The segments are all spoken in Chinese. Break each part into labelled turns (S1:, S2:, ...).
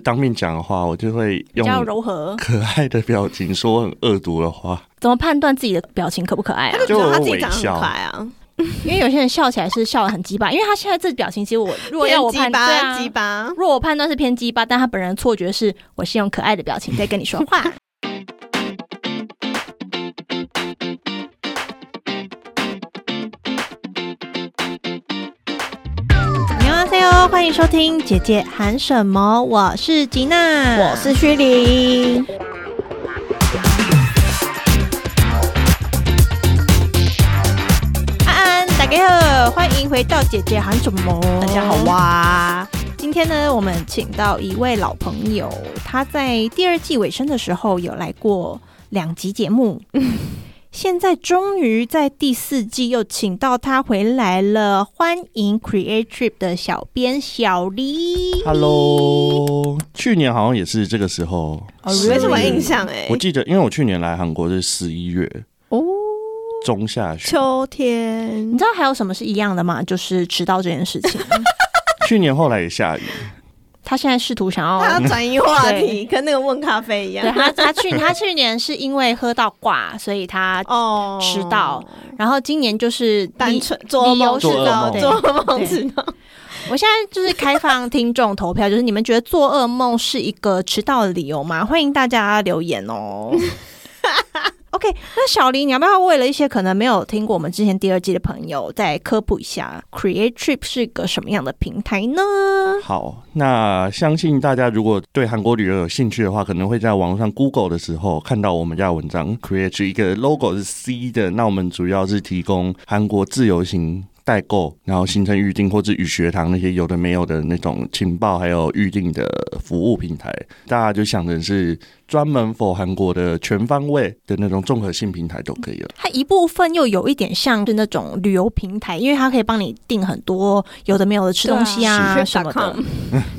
S1: 当面讲的话，我就会
S2: 比
S1: 用
S2: 较柔和。
S1: 可爱的表情说我很恶毒的话。
S3: 怎么判断自己的表情可不可爱啊
S2: 他？就觉得他自己
S1: 就
S2: 长得很
S1: 微笑
S2: 可爱啊，
S3: 因为有些人笑起来是笑的很鸡巴，因为他现在这表情，其实我如果要我
S2: 偏
S3: 判
S2: 鸡
S3: 对
S2: 巴
S3: 啊，
S2: 鸡巴，
S3: 如果我判断是偏鸡巴，但他本人的错觉是我是用可爱的表情在跟你 说话。你好，C.O. 欢迎收听《姐姐喊什么》，我是吉娜，
S2: 我是虚林。
S3: 安安，大家好，欢迎回到《姐姐喊什么》，
S2: 大家好
S3: 哇、今天呢，我们请到一位老朋友，他在第二季尾声的时候有来过两集节 目，现在终于在第四季又请到他回来了，欢迎 Create Trip 的小编小
S2: 嗯
S3: 黎。
S1: Hello，去年好像也是这个时候，
S3: 哦
S2: 没什么
S1: 是
S2: 印象哎
S1: 我，记得，因为我去年来韩国是十一月
S3: 哦，
S1: 中下旬，
S2: 秋天
S3: 你知道还有什么是一样的吗？就是迟到这件事情。
S1: 去年后来也下雨，
S3: 他现在试图想要
S2: 他要转移话题，跟那个问咖啡一
S3: 对
S2: 样。
S3: 他，他去他去年是因为喝到挂，所以 他，
S2: 哦，
S3: 迟到然后今年就是
S2: 单
S3: 你
S2: 纯做梦
S3: 理
S2: 迟
S1: 由是
S2: 到，
S1: 对
S2: 做梦迟到，
S3: 我现在就是开放听众投票，就是你们觉得做噩梦是一个迟到的理由吗？欢迎大家留言哦。OK，那小林，你要不要为了一些可能没有听过我们之前第二季的朋友，再科普一下 Create Trip 是个什么样的平台呢？
S1: 好，那相信大家如果对韩国旅游有兴趣的话，可能会在网络上 Google 的时候看到我们家的文章。Create 一个 logo 是 C 的，那我们主要是提供韩国自由行。代购，然后行程预定或者与学堂那些有的没有的那种情报，还有预定的服务平台，大家就想成是专门否韩国的全方位的那种综合性平台都可以了。
S3: 它一部分又有一点像是那种旅游平台，因为它可以帮你订很多有的没有的吃东西啊
S2: 对啊
S3: 什么的
S2: Trip.com。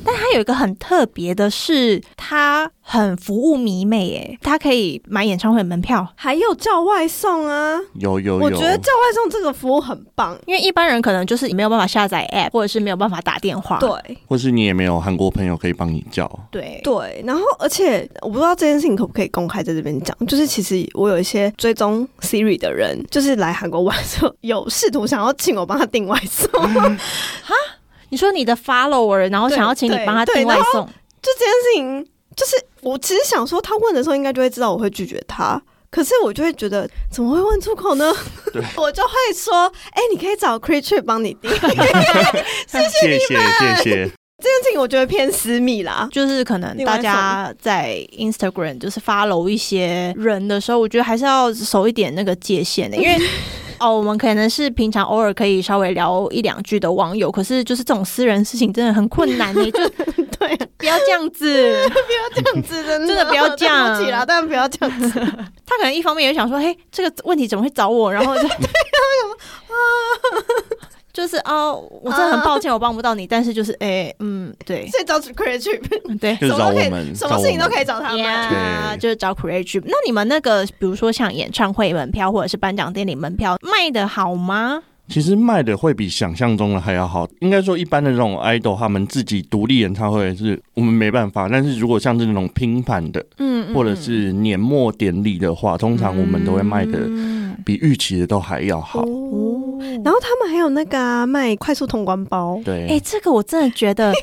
S3: 但它有一个很特别的是，它很服务迷妹耶，它可以买演唱会门票。
S2: 还有叫外送啊！
S1: 有有有，
S2: 我觉得叫外送这个服务很棒。
S3: 因为一般人可能就是没有办法下载 app，或者是没有办法打电话。
S2: 对
S1: 或是你也没有韩国朋友可以帮你叫，
S3: 对
S2: 对，然后而且我不知道这件事情可不可以公开在这边讲，就是其实我有一些追踪 Siri 的人，就是来韩国玩的时候有试图想要请我帮他订外送，
S3: 你说你的 follower，然后想要请你
S2: 对
S3: 帮他
S2: 对
S3: 订外送，
S2: 就这件事情，就是我其实想说，他问的时候应该就会知道我会拒绝他，可是我就会觉得怎么会问出口呢？
S1: 对
S2: 我就会说，哎、你可以找 Creature 帮你订。这件
S1: 谢谢谢谢。
S2: 事情我觉得偏私密啦，
S3: 就是可能
S2: 订
S3: 大
S2: 外送
S3: 家在 Instagram 就是 follow 一些人的时候，我觉得还是要守一点那个界限的，因 为哦，我们可能是平常偶尔可以稍微聊一两句的网友，可是就是这种私人事情真的很困难，欸你就
S2: 对，
S3: 不要这样子。
S2: 不要这样子， 真的
S3: 真的不要这样
S2: 对不起啦，但不要这样子。
S3: 他可能一方面也想说，嘿，这个问题怎么会找我？然后就 就是哦，我真的很抱歉，我帮不到你，但是就是哎、嗯，对
S2: 所以找 Creature，
S3: 对。
S1: 就是找我
S2: 什么都可
S1: 们，
S2: 以什么事情都可以
S1: 以。
S2: 找他们。
S3: 呀，
S1: 对
S3: 就是找 Create Trip。那你们那个，比如说像演唱会门票或者是颁奖典礼门票，卖的好吗？
S1: 其实卖的会比想象中的还要好。应该说，一般的这种 idol 他们自己独立演唱会是我们没办法，但是如果像这种拼盘的，
S3: 嗯
S1: 或者是年末典礼的话，通常我们都会卖的
S3: 嗯
S1: 比预期的都还要好。
S2: 哦，
S3: 哦。
S2: 然后他们还有那个啊卖快速通关包，
S1: 对，
S3: 哎、这个我真的觉得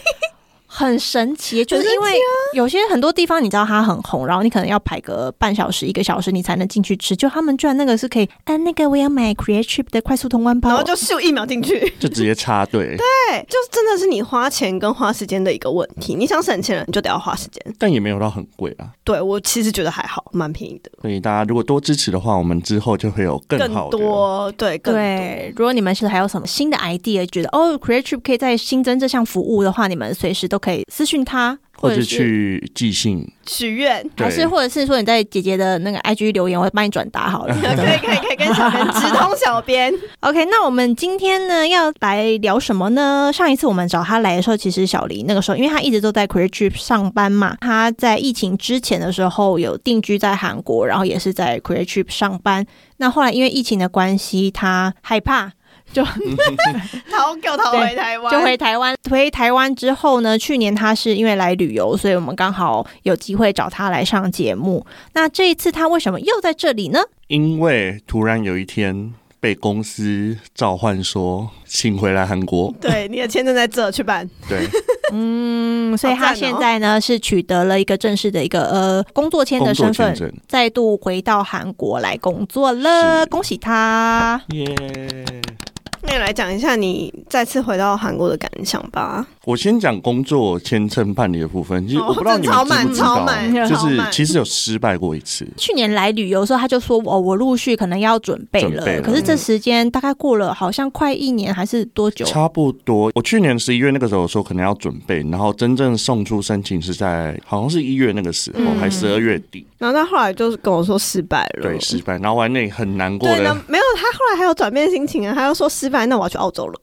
S3: 很神奇，就是因
S2: 神
S3: 为
S2: 奇
S3: 有些很多地方你知道它很红，然后你可能要排个半小时、一个小时你才能进去吃，就他们居然那个是可以，啊，那个我要买 Create Trip 的快速通关包，
S2: 然后就咻一秒进去。
S1: 就直接插队。
S2: 对，就真的是你花钱跟花时间的一个问题。你想省钱了，你就得要花时间。
S1: 但也没有到很贵啊。
S2: 对我其实觉得还好，蛮便宜的，
S1: 所以大家如果多支持的话，我们之后就会有更好的。
S2: 多对啊更多。
S3: 对，如果你们是还有什么新的 idea，觉得哦 Create Trip 可以再新增这项服务的话，你们随时都可以私讯他，
S1: 或
S3: 者
S1: 者
S3: 是。
S1: 去寄信，
S2: 许愿。
S1: 对
S3: 还是，或者是说你在姐姐的那个 IG 留言，我会帮你转达好了。
S2: 可以可以可以跟小编直通小编，
S3: OK，那我们今天呢要来聊什么呢？上一次我们找他来的时候，其实小黎那个时候，因为他一直都在 Career Trip 上班嘛，他在疫情之前的时候有定居在韩国，然后也是在 Career Trip 上班。那后来因为疫情的关系，他害怕。就
S2: 逃狗逃回台湾，
S3: 就回台湾。回台湾之后呢，去年他是因为来旅游，所以我们刚好有机会找他来上节目。那这一次他为什么又在这里呢？
S1: 因为突然有一天被公司召唤说，请回来韩国。
S2: 对，你的签证在这，去办。
S1: 对，
S3: 嗯，所以
S2: 好
S3: 他
S2: 赞哦
S3: 现在呢是取得了一个正式的一个呃工作签
S1: 工
S3: 的
S1: 作
S3: 身份
S1: 签，证，
S3: 再度回到韩国来工作了，
S1: 是
S3: 恭喜他！
S1: 耶、
S2: 那你来讲一下你再次回到韩国的感想吧。
S1: 我先讲工作签证办理的部分，其实
S2: 哦
S1: 我不知道你们
S2: 真的超
S1: 知
S2: 满
S1: 不知道
S2: 超，满
S1: 就是
S2: 超满
S1: 其实有失败过一次，
S3: 去年来旅游的时候，他就说哦，我陆续可能要准备了，
S1: 准备了
S3: 可是这时间大概过了好像快一年还是多久？
S1: 差不多。我去年十一月那个时候说可能要准备，然后真正送出申请是在好像是一月那个时候，
S2: 嗯
S1: 还十二月底，
S2: 然后他后来就是跟我说失败了，
S1: 对，失败。然后我还那里很难过
S2: 对，那
S1: 的，
S2: 没有他后来还有转变心情啊，他又说失败，那我要去哦澳洲了。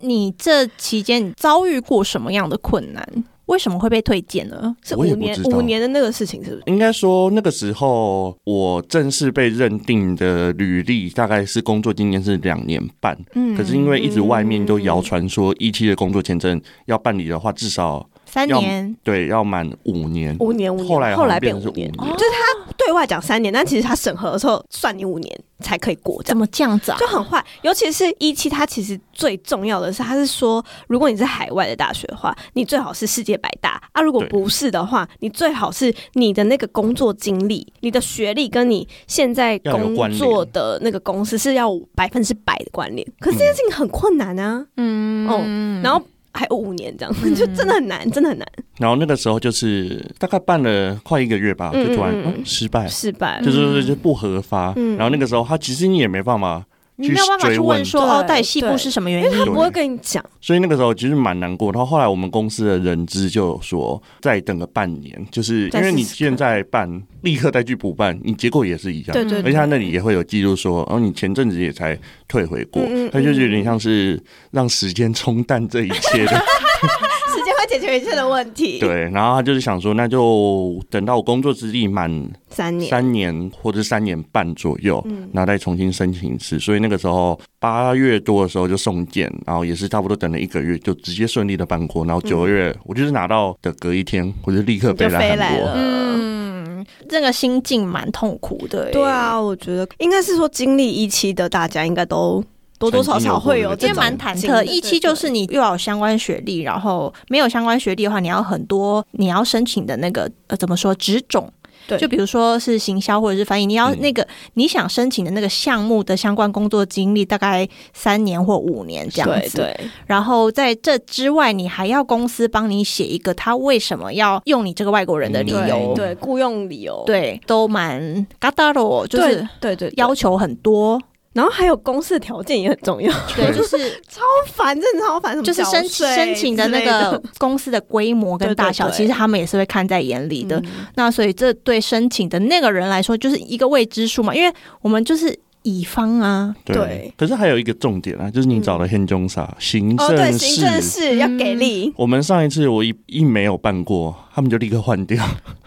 S3: 你这期间你遭遇过什么样的困难？为什么会被推荐呢？
S2: 是
S1: 我也
S2: 五
S1: 不
S2: 年
S1: 知道嗯
S2: 五年的那个事情是不是？
S1: 应该说那个时候我正式被认定的履历大概是工作经验是两年半，
S3: 嗯
S1: 可是因为一直外面都谣传说 ET 的工作签证要办理的话，至少
S3: 三年，
S1: 对要满五年。
S2: 五年，五年，
S1: 后来好
S2: 后
S1: 像
S2: 来变
S1: 变成
S2: 五
S1: 是
S2: 年，
S1: 五年
S2: 就是他对外讲三年，但其实他审核的时候算你五年才可以过，这
S3: 怎
S2: 样
S3: 么这样子啊？
S2: 就很坏。尤其是一期，他其实最重要的是，他是说，如果你是海外的大学的话，你最好是世界百大啊；如果
S1: 对
S2: 不是的话，你最好是你的那个工作经历、你的学历跟你现在
S1: 要有
S2: 工
S1: 关联
S2: 作的那个公司是要百分之百的关联。可是这件事情很困难啊，
S3: 嗯
S2: 哦然后还有五年这样，就真的很
S1: 嗯
S2: 难，真的很难，
S1: 然后那个时候就是大概办了快一个月吧，
S2: 嗯
S1: 就突然、
S2: 嗯嗯
S1: 嗯失败，
S2: 失败了。
S1: 就是就是就是不合法。
S2: 嗯
S1: 然后那个时候他其实你也没办法，
S3: 你没有办法去问说
S2: 去追
S3: 哦，
S2: 问
S3: 到底西部是什么原因？
S2: 他不会跟你讲，
S1: 所以那个时候其实蛮难过。然后后来我们公司的人资就说再等个半年，就是因为你
S2: 再试试看
S1: 现在办，立刻再去补办，你结果也是一样。
S2: 对对
S3: 嗯
S1: 而且
S2: 对，
S1: 他那里也会有记录说，哦，你前阵子也才退回过，
S2: 嗯嗯
S1: 他就是有点像是让时间冲淡这一切 的
S2: 时间会解决一切的问题。，
S1: 对，然后他就是想说，那就等到我工作资历满
S2: 三年，
S1: 三年或者三年半左右，
S2: 嗯
S1: 然后再重新申请一次。所以那个时候八月多的时候就送件，然后也是差不多等了一个月，就直接顺利的办过。然后九月、我就是拿到的隔一天，我就立刻
S2: 嗯你就
S1: 来
S2: 飞
S1: 韩
S2: 来
S1: 国。
S2: 了。
S3: 嗯，这个心境蛮痛苦的欸耶。
S2: 对啊，我觉得应该是说经历一期的大家应该都多多少少会有
S1: 曾
S2: 这
S1: 经有
S3: 这
S1: 过
S2: 种
S1: 的
S3: 蛮
S2: 经历，
S3: 忐忑。一
S2: 一
S3: 期
S2: 期
S3: 就是你又要有相关学历，然后没有相关学历的话，你要很多你要申请的那个呃怎么说职种。
S2: 对
S3: 就比如说是行销或者是翻译，你要
S1: 嗯
S3: 那个、你想申请的那个项目的相关工作经历，大概三年或五年这样
S2: 对
S3: 子。
S2: 对，
S3: 然后在这之外，你还要公司帮你写一个他为什么要用你这个外国人的理
S1: 嗯，
S3: 由
S2: 对雇佣理由，
S3: 对都蛮嘎达罗，就
S2: 对
S3: 是
S2: 对对，
S3: 要
S2: 要
S3: 求很多，
S2: 然后还有公司的条件也很重要，
S3: 对，就是
S2: 超烦，真的超 烦，什么
S3: 就是申
S2: 缴税
S3: 申请的那个公司的规模跟大小，
S2: 对对对
S3: 其实他们也是会看在眼里
S2: 之类
S3: 的。
S2: 的，嗯
S3: 那所以这对申请的那个人来说，就是一个未知数嘛，因为我们就是乙方啊，
S1: 对
S2: 对
S1: 可是还有一个重点啊，就是你找了 h e n j o n s a 行
S2: 哦对，
S1: 政
S2: 行政
S1: 室。
S2: 室要给力。
S1: 我们上一次我一一没有办过，他们就立刻换掉。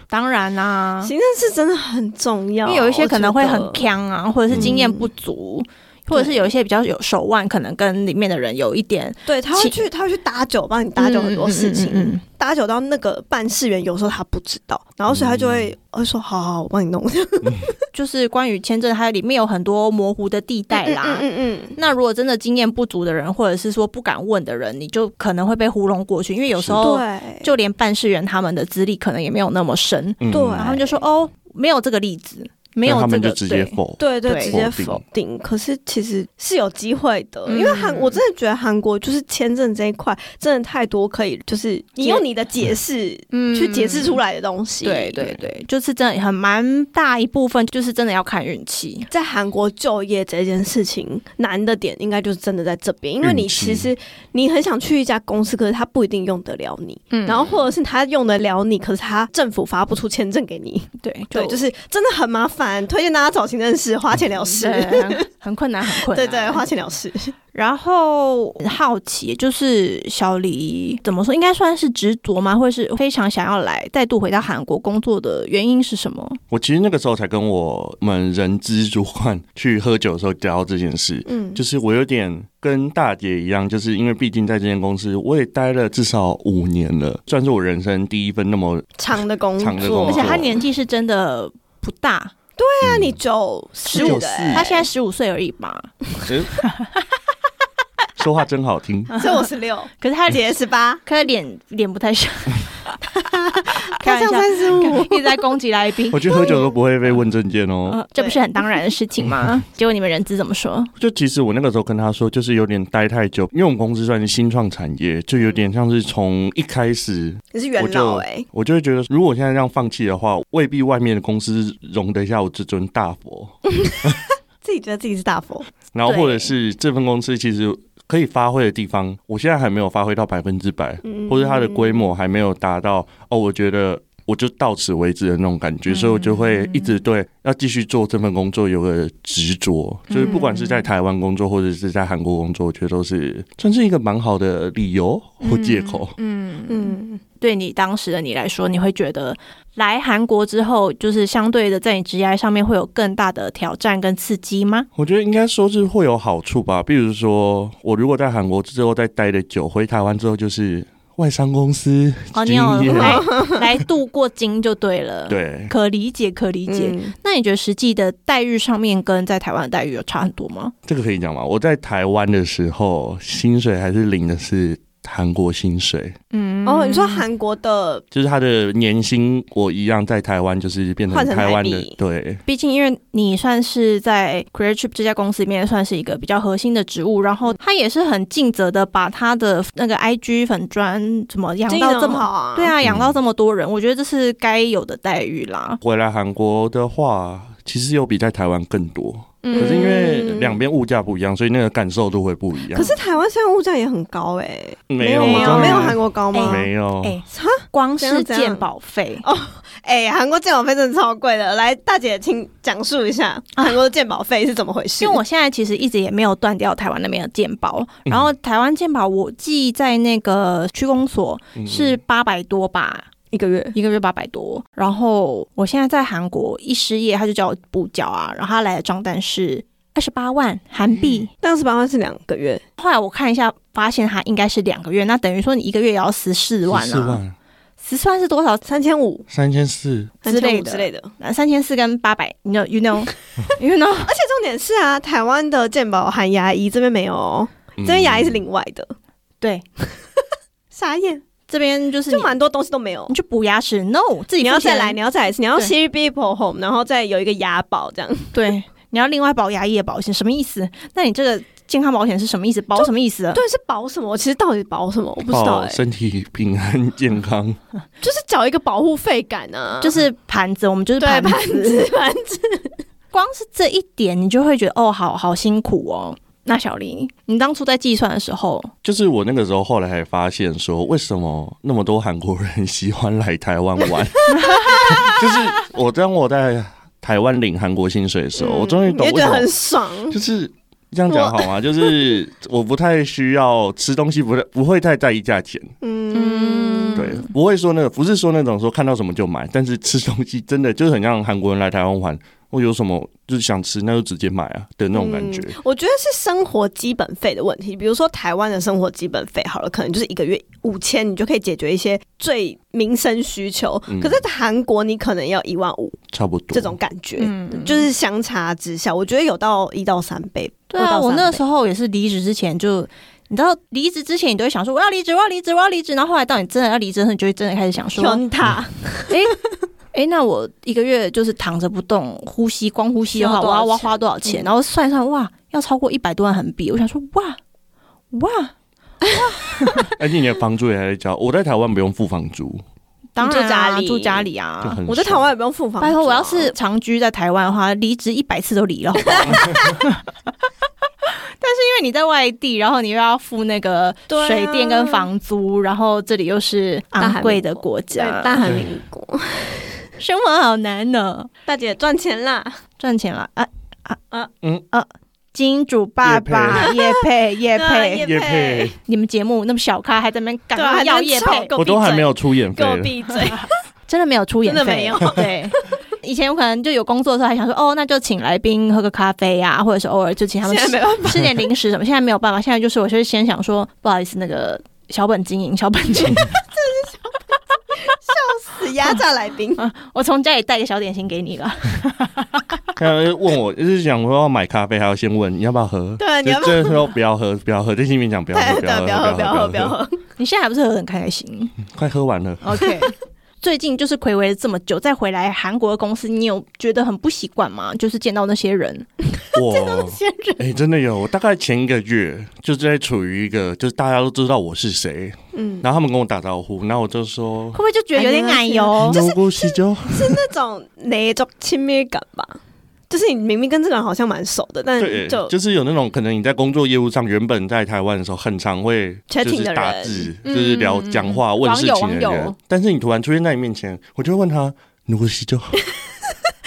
S3: 当然啦、
S2: 行政室真的很重
S3: 嗯
S2: 要，
S3: 啊因为有一些可能会
S2: 啊我嗯
S3: 很
S2: 觉得
S3: 强啊，或者是经验不足。或者是有一些比较有手腕，可能跟里面的人有一点
S2: 对，他会
S3: 请
S2: 去，他会去搭酒，帮你搭酒很多事情，
S3: 嗯嗯嗯嗯嗯
S2: 搭酒到那个办事员有时候他不知道，然后所以他就会、
S3: 嗯
S2: 会说：“好好，好我帮你弄。
S3: 就是关于签证，还有里面有很多模糊的地”带啦。
S2: 嗯嗯，
S3: 那如果真的经验不足的人，或者是说不敢问的人，你就可能会被糊弄过去，因为有时候
S2: 对，啊
S3: 就连办事员他们的资历可能也没有那么深，
S1: 嗯
S2: 对
S3: 然后他们就说哦，没有这个例子，没有
S1: 那他
S3: 这
S1: 们
S3: 个，
S1: 就直接
S3: 对
S1: 否。
S2: 对对，
S3: 对
S2: 直接
S1: 否定
S2: 否定。可是其实是有机会的，
S3: 嗯
S2: 因为韩，我真的觉得韩国就是签证这一块真的太多可以，就是你用你的解释
S3: 嗯
S2: 去解释出。来的东西。
S3: 对对对，就是真的很蛮大一部分，就是真的要看运气。
S2: 在韩国就业这件事情难的点，应该就是真的在这边，因为你
S1: 运气
S2: 其实你很想去一家公司，可是他不一定用得了你，
S3: 嗯
S2: 然后或者是他用得了你，可是他政府发不出签证给你，
S3: 对
S2: 对，就是真的很麻烦。烦，推荐大家找情人事，花钱了事。
S3: 对很 很困难，很困
S2: 对
S3: 难。
S2: 对，花钱了事。
S3: 然后好奇，就是小黎怎么说，应该算是执着吗？或者是非常想要来再度回到韩国工作的原因是什么？
S1: 我其实那个时候才跟我们人资主管去喝酒的时候聊到这件事，
S2: 嗯，
S1: 就是我有点跟大姐一样，就是因为毕竟在这间公司我也待了至少五年了，算是我人生第一份那么
S2: 长的工
S1: 长的
S2: 作，
S1: 工
S3: 而且他
S1: 作
S3: 年纪是真的不大，
S2: 那你九
S1: 十
S2: 十
S1: 五
S2: 五
S1: 的
S2: 的、
S1: 欸
S3: 他现在十五岁而已嘛。
S1: 嗯 说话真好听。
S2: 在，所以我十六，
S3: 可是他脸，
S2: 姐十八，
S3: 可是脸脸不太 像，开玩
S2: 他像
S3: 笑，
S2: 三十五。
S3: 一直在攻击来宾
S1: 我。去喝酒都不会被问证件哦。
S3: 呃这不是很当然的事情
S1: 嗯
S3: 吗？ 结果你们人资怎么说？
S1: 就其实我那个时候跟他说，就是有点待太久，因为我们公司算是新创产业，就有点像是从一开始
S2: 你是元老哎、
S1: 我就会觉得，如果我现在这样放弃的话，未必外面的公司容得下我这尊大佛。
S2: 自己觉得自己是大佛，
S1: 然后
S3: 对
S1: 或者是这份公司其实可以发挥的地方，我现在还没有发挥到百分之百，
S2: 嗯
S1: 或者它的规模还没有达到哦，我觉得。我就到此为止的那种感觉，所以我就会
S3: 嗯
S1: 一直对要继续做这份工作有个执着，就是不管是
S3: 嗯
S1: 在台湾工作或者是在韩国工作，我觉得都是算是一个蛮好的理由或借口。
S3: 嗯嗯，
S2: 嗯，
S3: 对你当时的你来说，你会觉得来韩国之后，就是相对的在你职业上面会有更大的挑战跟刺 激吗？
S1: 我觉得应该说是会有好处吧，比如说我如果在韩国之后再待的久，回台湾之后就是外商公司
S3: 哦，你
S1: 经
S3: 有
S1: 验，
S3: 来来度过经就对了。。
S1: 对，
S3: 可理解，可理解。
S2: 嗯
S3: 那你觉得实际的待遇上面跟在台湾的待遇有差很多吗？
S1: 这个可以讲吗？我在台湾的时候，薪水还是领的是韩国薪水，
S3: 嗯
S2: 哦，你说韩国的，
S1: 就是他的年薪，我一样在台湾就是变成
S2: 换成台
S1: 台湾的
S2: 币，
S1: 对
S3: 毕竟因为你算是在 Career Trip 这家公司里面算是一个比较核心的职务，然后他也是很尽责的把他的那个 IG 粉砖怎么养
S2: 经营
S3: 到
S2: 得
S3: 这
S2: 很
S3: 么
S2: 好啊
S3: 对啊，
S1: 嗯
S3: 养到这么多人，我觉得这是该有的待遇啦。
S1: 回来韩国的话，其实有比在台湾更多，
S3: 嗯
S1: 可是因为两边物价不一样，所以那个感受度会不一样。
S2: 可是台湾现在物价也很高哎、
S1: 没有
S2: 有
S1: 我
S2: 吗？
S1: 当
S2: 没有
S1: 然
S2: 韩国高吗？
S1: 没有，
S3: 哎光
S2: 怎
S3: 是
S2: 样怎样
S3: 鉴保费，
S2: 哎、韩国健保费真的超贵的。来，大姐，请讲述一下
S3: 啊
S2: 韩国的健保费是怎么回事？
S3: 因为我现在其实一直也没有断掉台湾那边的健保，
S1: 嗯
S3: 然后台湾健保我记在那个区公所
S1: 嗯
S3: 是八百多吧，
S2: 一个月，
S3: 一个月八百多。然后我现在在韩国一失业，他就叫我补缴啊，然后他来的账单是二十八万韩币。
S2: 但十八万是两个月，
S3: 后来我看一下，发现他应该是两个月，那等于说你一个月也要十四万
S1: 四
S3: 啊，
S1: 万
S3: 十四万是多少？
S2: 三千五
S1: 三千四，
S3: 之类的
S2: 之类的。
S3: 三千四跟八百，you know you know you know，
S2: 而且重点是啊，台湾的健保含牙医这边没有哦，
S1: 嗯
S2: 这边牙医是另外的。
S3: 对，
S2: 傻眼，
S3: 这边就是
S2: 就
S3: 你
S2: 蛮多东西都没有
S3: 你。去补牙齿，no，自己
S2: 你
S3: 付
S2: 要再
S3: 钱
S2: 来，你要再来一次，你要
S3: 对
S2: C B People Home，然后再有一个牙保这样。
S3: 对，你要另外保牙医的保险，什么意思？那你这个健康保险是什么意思？保什么意思啊？
S2: 对，是保什么？我其实到底保什么？我不知道
S1: 保
S2: 哎、
S1: 身体平安健康，
S2: 就是缴一个保护费感啊，
S3: 就是盘子，我们就是
S2: 对
S3: 盘
S2: 盘
S3: 子。
S2: 子 盘子。
S3: 光是这一点，你就会觉得哦，好好辛苦哦。那小林，你当初在计算的时候，
S1: 就是我那个时候后来还发现说，为什么那么多韩国人喜欢来台湾 玩？ 就是我当我在台湾领韩国薪水的时候， 我终于懂
S2: 嗯也觉
S1: 为什
S2: 得很
S1: 么，
S2: 爽。
S1: 就是。这样讲好吗？就是我不太需要吃东西不，太不会太在意价钱，
S2: 嗯，
S1: 对，不会说那个，不是说那种说看到什么就买，但是吃东西真的就是很像韩国人来台湾玩，我有什么就是想吃那就直接买啊的那种感觉。
S2: 我觉得是生活基本费的问题。比如说台湾的生活基本费，好了，可能就是一个月五千，你就可以解决一些最民生需求。
S1: 嗯
S2: 可是在韩国，你可能要一万五
S1: 差不多
S2: 这种感觉，
S3: 嗯
S2: 就是相差之下，我觉得有到一到三倍。
S3: 对啊，
S2: 二到
S3: 我
S2: 三
S3: 那
S2: 倍
S3: 时候也是离职之前就，你知道离职之前你都会想说我要离职，我要离职，我要离职，然后后来到你真的要离职的时候，你就会真的开始想说，
S2: 天塔，
S3: 哎、那我一个月就是躺着不动，呼吸光呼吸的话，
S2: 需要
S3: 我
S2: 多少
S3: 要我要花多少钱？
S2: 嗯
S3: 然后算一算，哇，要超过一百多万韩币。我想说，哇哇，
S1: 而哎且你的房租也还在交，我在台湾不用付房租，
S3: 当然、啊、
S2: 住家里
S3: 住家里
S1: 就
S3: 啊。
S1: 很
S2: 我在台
S1: 爽
S2: 湾也不用付房租啊。
S3: 拜托，我要是长居在台湾的话，离职一百次都离了，好不好？ 但是因为你在外地，然后你又要付那个
S2: 对啊
S3: 水电跟房租，然后这里又是昂贵的国
S2: 在
S3: 家，
S2: 大韩民国，
S3: 生活好难呢、
S2: 大姐赚钱啦！
S3: 赚钱了啊
S2: 啊
S1: 嗯
S3: 啊！金主爸爸叶配 叶配，
S1: 叶佩，
S3: 你们节目那么小咖，还在那边赶
S2: 啊对啊
S3: 快要叶
S2: 还在那边
S3: 配，
S2: 臭
S1: 我都还没有出演费
S2: 给我
S1: 了。
S2: 闭嘴！
S3: 真的没有出演费，
S2: 真的没有
S3: 对。以前我可能就有工作的时候，还想说哦，那就请来宾喝个咖啡呀、或者是偶尔就 请他
S2: 现
S3: 们
S2: 在
S3: 吃
S2: 没办法，
S3: 吃点零食什么。现在没有办法，现在就是我就是先想说，不好意思，那个小本经营，小本经 营，
S2: 死压榨来 宾。
S3: 我从家里带个小点心给你了。
S1: 他问我，就是想说要买咖啡，还要先问你要不要喝。
S2: 对啊你要不
S1: 就真的说不要喝，不要喝，在心里面讲不要喝，
S2: 对啊，
S1: 不
S2: 不
S1: 要
S2: 要
S1: 喝，
S2: 喝，不要喝，不要，喝！哦
S3: 你现在还不是喝得很开心
S1: 快喝完了。
S3: ？OK。最近就是暌违了这么久，再回来韩国的公司，你有觉得很不习惯吗？就是见到那些人，
S1: 我
S2: 先忍。
S1: 哎、真的有，我大概前一个月就是在处于一个，就是大家都知道我是谁，
S2: 嗯，
S1: 然后他们跟我打招呼，然后我就说
S3: 会，不会就觉得有点奶
S2: 哦
S3: 油？
S1: 是就是
S2: 是那种那种亲密感吧？就是你明明跟这个人好像蛮熟的，但
S1: 对，
S2: 就
S1: 就是有那种可能你在工作业务上，原本在台湾的时候很常会就
S2: Chatting
S1: 是
S2: 的
S1: 打
S2: 人
S1: 字，就
S3: 嗯
S1: 是聊
S3: 嗯嗯
S1: 讲话、
S3: 嗯
S1: 问
S3: 网
S1: 事
S3: 友
S1: 情的
S3: 网
S1: 人
S3: 友，
S1: 但是你突然出现在你面前，我就会问他누구시죠？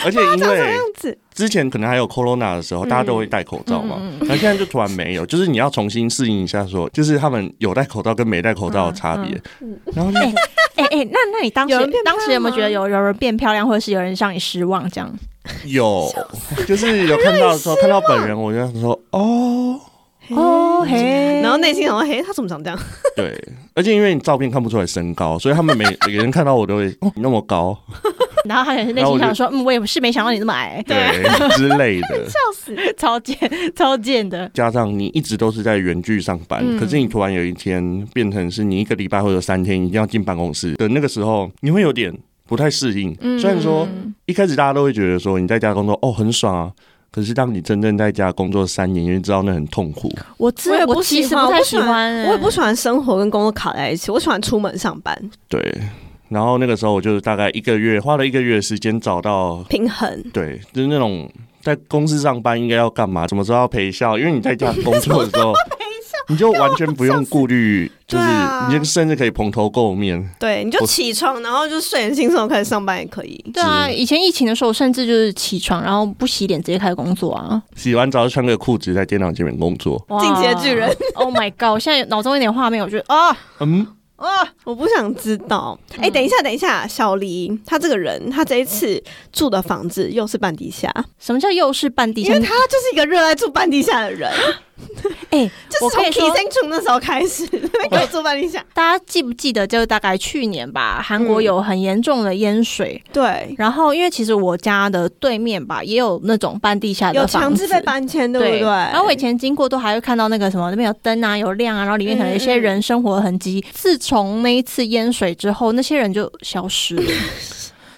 S1: 而且因为
S2: 子
S1: 之前可能还有 corona 的时候，大家都会戴口罩嘛，
S3: 嗯
S1: 然后现在就突然没有，就是你要重新适应一下，说就是他们有戴口罩跟没戴口罩的差别。
S2: 嗯
S1: 然后就、
S3: 哎哎，那那你当时
S2: 有人变漂亮
S3: 当时有没有觉得
S2: 吗
S3: 有有人变漂亮，或者是有人让你失望这样？
S1: 有，就是有看到的时 候，看到本人，我就想说哦，
S3: 哦嘿
S2: 然后内心想说，嘿，他怎么长这样？
S1: 对，而且因为你照片看不出来身高，所以他们每每个人看到我都会哦你那么高，
S3: 然后他也是内心想说，嗯，我也是没想到你这么矮，
S1: 对之类的。
S2: 笑死！
S3: 超贱超贱的。
S1: 加上你一直都是在原剧上班，
S3: 嗯
S1: 可是你突然有一天变成是你一个礼拜或者三天一定要进办公室的那个时候，你会有点不太适应。虽然说一开始大家都会觉得说你在家工作哦很爽啊，可是当你真正在家工作三年，因为知道那很痛苦，
S3: 我自
S2: 我也
S3: 我
S2: 不
S3: 其
S2: 喜
S3: 实
S2: 欢，
S3: 不太
S2: 我
S3: 喜欢， 哎
S2: 我也不喜欢生活跟工作卡在一起，我喜欢出门上班，
S1: 对。然后那个时候我就是大概一个月花了一个月的时间找到
S2: 平衡。
S1: 对，就是那种在公司上班应该要干嘛，什么时候要陪笑，因为你在家工作的时候， 你就完全不用顾虑，就
S2: 对
S1: 是
S2: 啊
S1: 你就甚至可以蓬头垢面。
S2: 对，你就
S1: 我
S2: 起床，然后就睡眼惺忪开始上班也可以。
S3: 对啊，
S1: 是
S3: 以前疫情的时候，我甚至就是起床然后不洗脸直接开始工作啊，
S1: 洗完澡就穿个裤子在电脑前面工作，
S3: 哇
S2: 进阶巨人。
S3: Oh my god！我现在脑中有点画面，我觉得啊，
S1: 嗯，
S2: 我不想知道。哎、等一下，等一下，小黎他这个人，他这一次住的房子又是半地下，
S3: 什么叫又是半地
S2: 因
S3: 下
S2: 为？他就是一个热爱住半地下的 人，
S3: 哎，
S2: 就是
S3: 我
S2: 从
S3: 可以
S2: K
S3: 说
S2: n 从那时候开始，给我住半地下。
S3: 大家记不记得，就大概去年吧，韩国
S2: 嗯
S3: 有很严重的淹水，
S2: 对，
S3: 然后因为其实我家的对面吧，也有那种半地下的
S2: 有
S3: 房
S2: 强制被
S3: 子
S2: 搬迁，对不对？
S3: 然后我以前经过都还会看到那个什么那边有灯啊，有亮啊，然后里面可能有一
S2: 嗯
S3: 些人生活的痕迹。自从那一次淹水之后，那些人就消失了，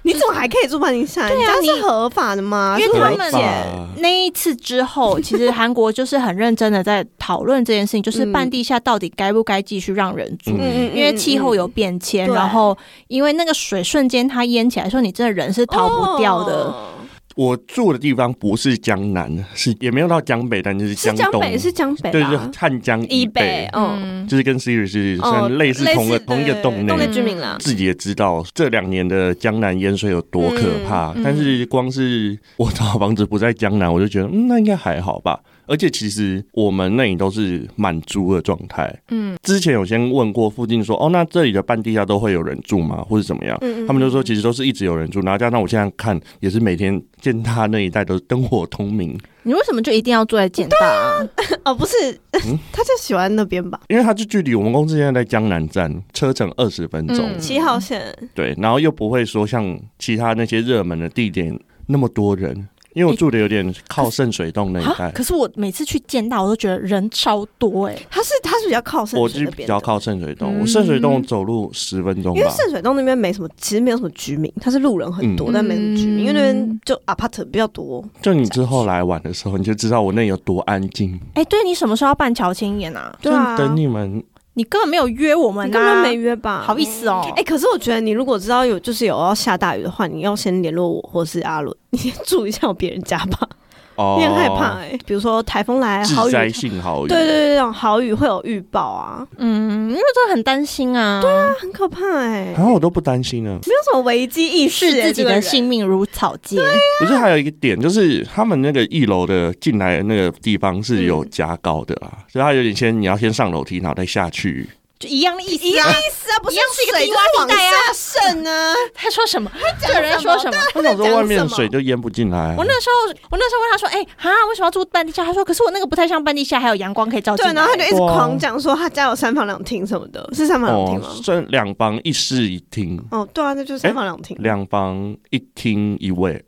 S2: 你怎么还可以住半地下？
S3: 对啊
S2: 你这样是合法的吗？
S3: 因为
S2: 是
S3: 他
S2: 违
S3: 们
S2: 建
S1: 吧
S3: 那一次之 后，其实韩国就是很认真的在讨论这件事情，就是
S2: 嗯
S3: 半地下到底该不该继续让人住。
S1: 嗯
S3: 因为气候有变迁，
S2: 对
S3: 然后因为那个水瞬间它淹起来的时候，你真的人是逃不掉的。
S2: 哦
S1: 我住的地方不是江南，是也没有到江北，但就是
S2: 是江
S1: 东，
S2: 北，是江北
S1: 对，就是
S2: 吧？
S1: 汉江以
S2: 以北，嗯，
S3: 嗯，
S1: 就是跟 Siri 是算类似同个、
S2: 哦类似
S1: 同一个
S2: 对
S1: 洞内
S2: 洞。内居民啦。
S1: 自己也知道这两年的江南淹水有多可怕，
S3: 嗯嗯
S1: 但是光是我找房子不在江南，我就觉得嗯，那应该还好吧。而且其实我们那里都是满租的状态。嗯，之前有先问过附近说，哦，那这里的半地下都会有人住吗，或者怎么样？
S2: 嗯嗯
S1: 他们就说其实都是一直有人住，然后加上我现在看也是每天建大那一带都是灯火通明，
S3: 你为什么就一定要住在建大、啊？
S2: 哦，不是
S1: 嗯，
S2: 他就喜欢那边吧？
S1: 因为它就距离我们公司现在在江南站车程二十分钟，
S3: 嗯
S2: 七号线，
S1: 对，然后又不会说像其他那些热门的地点那么多人，因为我住的有点靠圣水洞那
S2: 啊
S1: 一带，
S3: 啊可是我每次去建大，我都觉得人超多哎、
S2: 他是他是比较靠山
S1: 我
S2: 区
S1: 是
S2: 那
S1: 比
S2: 边
S1: 较
S2: 的，嗯
S1: 靠圣水洞，
S3: 嗯
S1: 我圣水洞走路十分钟
S2: 因为
S1: 吧。
S2: 圣水洞那边没什么，其实没有什么居民，它是路人很多，
S1: 嗯
S2: 但没什么居民，因为那边就
S3: 嗯
S2: apart 比较多。
S1: 就你之后来玩的时候，你就知道我那有多安静。
S3: 哎、对你什么时候要办乔青宴啊？
S2: 对啊
S1: 就等你们
S3: 你根本没有约我们
S2: 你
S3: 啊，
S2: 根本没约吧？
S3: 好意思哦。
S2: 哎、可是我觉得你如果知道 有就是有要下大雨的话，你要先联络我或是阿伦，你先住一下我别人家吧。
S1: 哦
S2: 你很害怕哎、比如说台风来，豪
S1: 致
S2: 雨，
S1: 灾
S2: 对
S1: 性好雨，
S2: 对对，那种豪雨会有预报啊，
S3: 嗯，因为这很担心啊，对啊，
S2: 很可怕哎、
S1: 然后我都不担心了。
S2: 没有什啊么危机意识、
S3: 视
S2: 欸，
S3: 自己
S2: 这个
S3: 的
S2: 人
S3: 性命如草芥，
S1: 不是还有一个点，就是他们那个一楼的进来的那个地方是有
S2: 嗯
S1: 加高的啊，所以它有点先你要先上楼梯，然后再下去。
S3: 就一样的意思
S2: 一样
S3: 啊。
S2: 意思啊，不
S3: 一样是一个
S2: 水
S3: 低
S2: 就
S3: 洼地
S2: 往
S3: 带啊
S2: 下渗啊，
S3: 他说什么？这个人在说什么？
S1: 我想说
S2: 在讲
S1: 外面的
S2: 什么
S1: 水就淹不进来啊
S3: 我。那时候，我那时候问他说：“哎、哈，为什么要住半地下？”他说：“可是我那个不太像半地下，还有阳光可以
S1: 哦
S3: 照进
S2: 对，
S3: 来。”
S2: 然后他就一直
S1: 哇
S2: 狂讲说他家有三房两厅什么的，是三房两厅吗？
S1: 哦，算两房一室一厅，
S2: 哦，对啊，那就是三房两厅，
S1: 两房一厅一卫，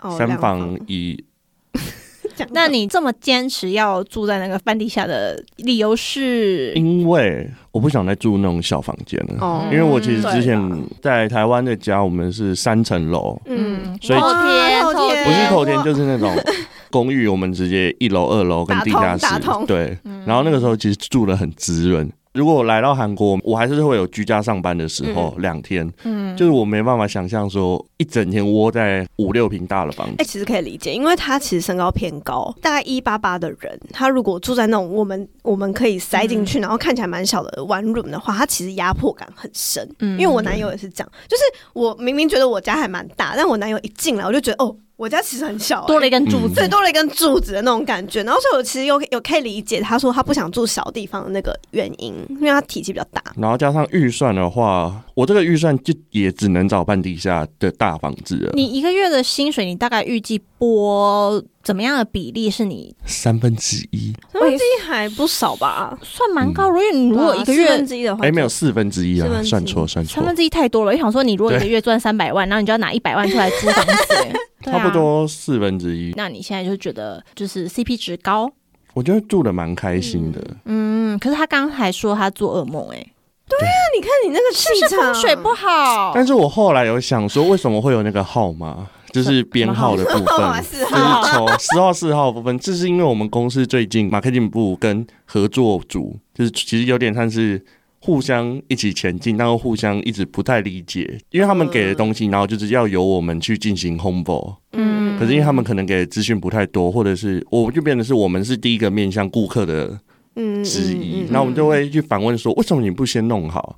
S2: 哦
S1: 三
S2: 两
S1: 房一。
S2: 讲
S3: 那你这么坚持要住在那个半地下的理由是，
S1: 因为我不想再住那种小房间了，
S2: 哦嗯
S1: 因为我其实之前
S2: 对啦啊
S1: 在台湾的家，我们是三层楼，
S2: 嗯，
S1: 所以
S3: 后天
S2: 哇
S3: 后
S2: 后天
S3: 天
S1: 不是
S2: 头
S1: 透天，就是那种 公寓，我们直接一楼、二楼跟地下室
S2: 打通打嗯通，
S1: 对。然后那个时候其实住的很滋润。如果我来到韩国，我还是会有居家上班的时候，两天，
S3: 嗯
S1: 就是我没办法想象说一整天窝在五六平大的房
S2: 哎、
S1: 子，
S2: 其实可以理解，因为他其实身高偏高，大概一八八的人，他如果住在那种我们我们可以塞进
S3: 嗯
S2: 去，然后看起来蛮小的 one room 的话，他其实压迫感很深。
S3: 嗯
S2: 因为我男友也是这样，就是我明明觉得我家还蛮大，但我男友一进来，我就觉得哦，我家其实很小、
S3: 嗯多了一
S2: 个。
S3: 根柱子
S1: 嗯
S2: 最，多了一根柱子的那种感觉，然后所以我其实有有可以理解他说他不想住小地方的那个原因，因为他体积比较大。
S1: 然后加上预算的话，我这个预算就也只能找半地下的大房子了，
S3: 你一个月的薪水，你大概预计拨怎么样的比例是你
S1: 三分之一，
S2: 那这一还不少吧？啊
S3: 算蛮高？如果你如果一个
S2: 嗯四
S3: 月
S2: 分之一的话，
S1: 哎，没有四分之一
S2: 四
S1: 啊，
S2: 分之一
S1: 算错算
S3: 三
S1: 错
S3: 哦分，之一太多了，我想说你如果一个
S1: 对
S3: 月赚三百万，然后你就要拿一百万出来租房 子，对
S1: 差
S3: 啊
S1: 不。多四分之一，
S3: 那你现在就觉得就是 CP 值高，
S1: 我觉得住的蛮开心的。
S3: 嗯，可是他刚才说他做噩梦、哎，
S2: 那你看你那个气
S3: 是
S2: 场，
S3: 风水不好，
S1: 但是我后来有想说，为什么会有那个号码，就是编号 的部 分，
S2: 是
S1: 就是抽十号、四号的部分，这是因为我们公司最近 marketing 部跟合作组，就是其实有点像是。互相一起前进，但又互相一直不太理解，因为他们给的东西，然后就是要由我们去进行 humble，
S2: 嗯
S1: 可是因为他们可能给的资讯不太多，或者是我就变得是我们是第一个面向顾客的
S2: 嗯
S1: 之一
S2: 嗯，嗯
S1: 那我们就会去反问说，为什么你不先弄好？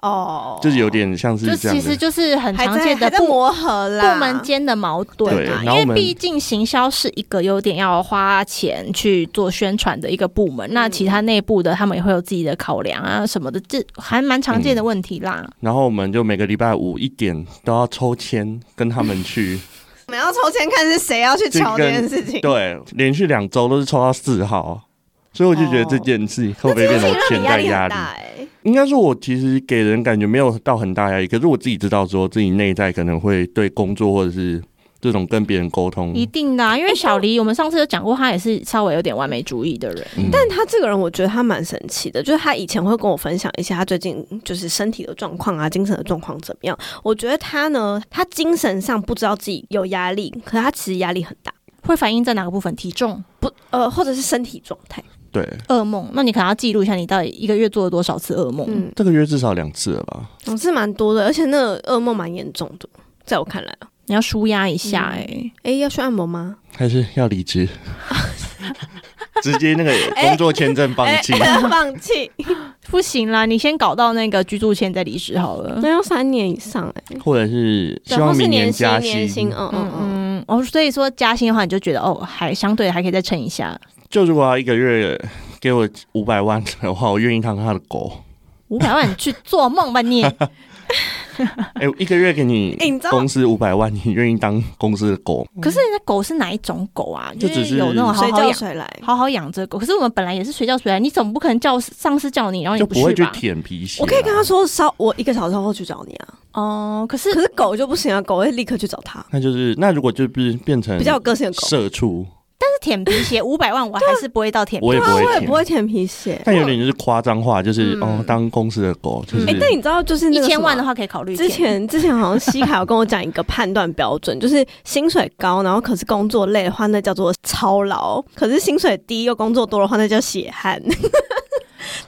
S2: 哦，
S1: 就是有点像是
S3: 就
S1: 这样
S3: 其
S1: 的。
S3: 实就是很
S2: 还
S3: 常
S2: 在
S3: 见
S2: 还
S3: 的
S2: 在
S3: 部
S2: 磨合啦，
S3: 部门间的矛盾啊
S1: 对，然后我
S3: 因为
S1: 们
S3: 毕竟行销是一个有点要花钱去做宣传的一个部门，那其
S1: 嗯
S3: 他内部的他们也会有自己的考量啊什么的，这还蛮常见的问题啦。
S1: 然后我们就每个礼拜五一点都要抽签跟他们去，
S2: 我们要抽签看是谁要去瞧这件事情。
S1: 对，连续两周都是抽到四号，所以我就觉得这件事
S2: 哦
S1: 情会不会变成我
S2: 让
S1: 潜
S2: 你压
S1: 在
S2: 力
S1: 压
S2: 很
S1: 力？
S2: 大哎，
S1: 应该说，我其实给人感觉没有到很大压力，可是我自己知道说自己内在可能会对工作或者是这种跟别人沟通，
S3: 一定的、啊，
S1: 哎
S3: 因为小黎我们上次有讲过，他也是稍微有点完美主义的人，
S1: 嗯
S2: 但他这个人，我觉得他蛮神奇的，就是他以前会跟我分享一些他最近就是身体的状况啊、精神的状况怎么样。我觉得他呢，他精神上不知道自己有压力，可是他其实压力很大，
S3: 会反映在哪个部分？体重、
S2: 不呃，或者是身体状态。
S1: 对
S3: 噩梦，那你可能要记录一下你到底一个月做了多少次噩梦。
S2: 嗯，
S1: 这个月至少两次了吧？
S2: 总之蛮多的，而且那个噩梦蛮严重的，在我看来啊。
S3: 你要舒压一下哎、
S2: 哎、要去按摩吗？
S1: 还是要离 职，直接那个工作签证放弃。
S2: 哎 放弃，
S3: 不行啦，你先搞到那个居住签再离职好了。
S2: 那要三年以上哎、
S1: 或者是希
S2: 然后
S1: 望
S2: 是
S1: 明
S2: 年薪
S1: 加
S2: 年薪，嗯嗯嗯。
S3: 嗯，哦，所以说加薪的话，你就觉得哦，还相对还可以再撑一下，
S1: 就如果他一个月给我五百万的话，我愿意当他的狗。
S3: 五百万你去做梦吧 你。嗯
S1: 哎、一个月给你
S2: 哎你知道
S1: 公司五百万，你愿意当公司的狗？
S3: 可是那狗是哪一种狗啊？
S1: 就
S3: 因为
S1: 只是
S3: 有那种好
S2: 谁
S3: 好
S2: 叫
S3: 养、
S2: 谁来？
S3: 好好养这狗。可是我们本来也是随叫随来，你总不可能叫上司叫你，然后你
S1: 就不会
S3: 去
S1: 去
S3: 吧？
S1: 舔皮鞋啦。啊
S2: 我可以跟他说稍，我一个小时后去找你啊。
S3: 哦、可是
S2: 可是狗就不行啊，狗会立刻去找他，
S1: 那就是那如果就是变成
S2: 比较有个性的狗。
S1: 社畜，
S3: 但是舔皮鞋五百啊万，我还是不会到舔皮
S1: 我也
S3: 鞋。
S1: 不
S2: 我
S1: 会
S2: 也
S1: 舔
S2: 哎不。会舔皮鞋。
S1: 但有点就是夸张化，就是、
S2: 嗯
S1: 哦，当公司的狗就是。
S2: 哎、但你知道就是那
S3: 一
S2: 个
S3: 千万的
S2: 话。
S3: 话可以考虑舔。
S2: 之前之前好像西卡有跟我讲一个判断标准，就是薪水高，然后可是工作累的话，那叫做操劳；可是薪水低又工作多的话，那叫血汗。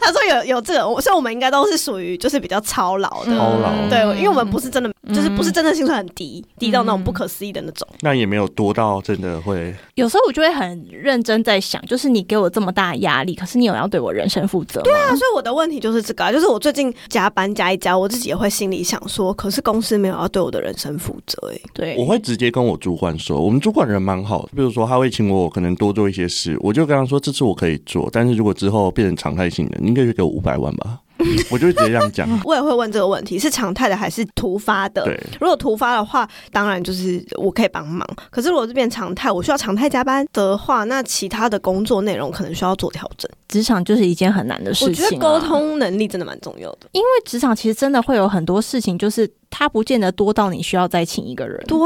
S2: 他说有有这个，我所以我们应该都是属于就是比较操劳的。
S3: 嗯
S1: 操劳
S2: 对，因为我们不是真的就是不是真的薪水很低，低到那种不可思议的那种。
S1: 那也没有多到真的会
S3: 有时候我就会很认真在想，就是你给我这么大的压力，可是你有要对我人生负责吗？对啊
S2: 那所以我的问题就是这个、啊，就是我最近加班加一加，我自己也会心里想说，可是公司没有要对我的人生负责、欸，
S3: 对，
S1: 我会直接跟我主管说，我们主管人蛮好的，比如说他会请我可能多做一些事，我就跟他说这次我可以做，但是如果之后变成常态性的，你应该就给我五百万 吧，我就会直接这样讲。
S2: 我也会问这个问题，是常态的还是突发的？
S1: 对，
S2: 如果突发的话，当然就是我可以帮忙。可是如果这边常态，我需要常态加班的话，那其他的工作内容可能需要做调整。
S3: 职场就是一件很难的事
S2: 我
S3: 情、啊
S2: 觉得沟，通能力真的蛮重要的。
S3: 因为职场其实真的会有很多事情，就是它不见得多到你需要再请一个人。
S2: 对，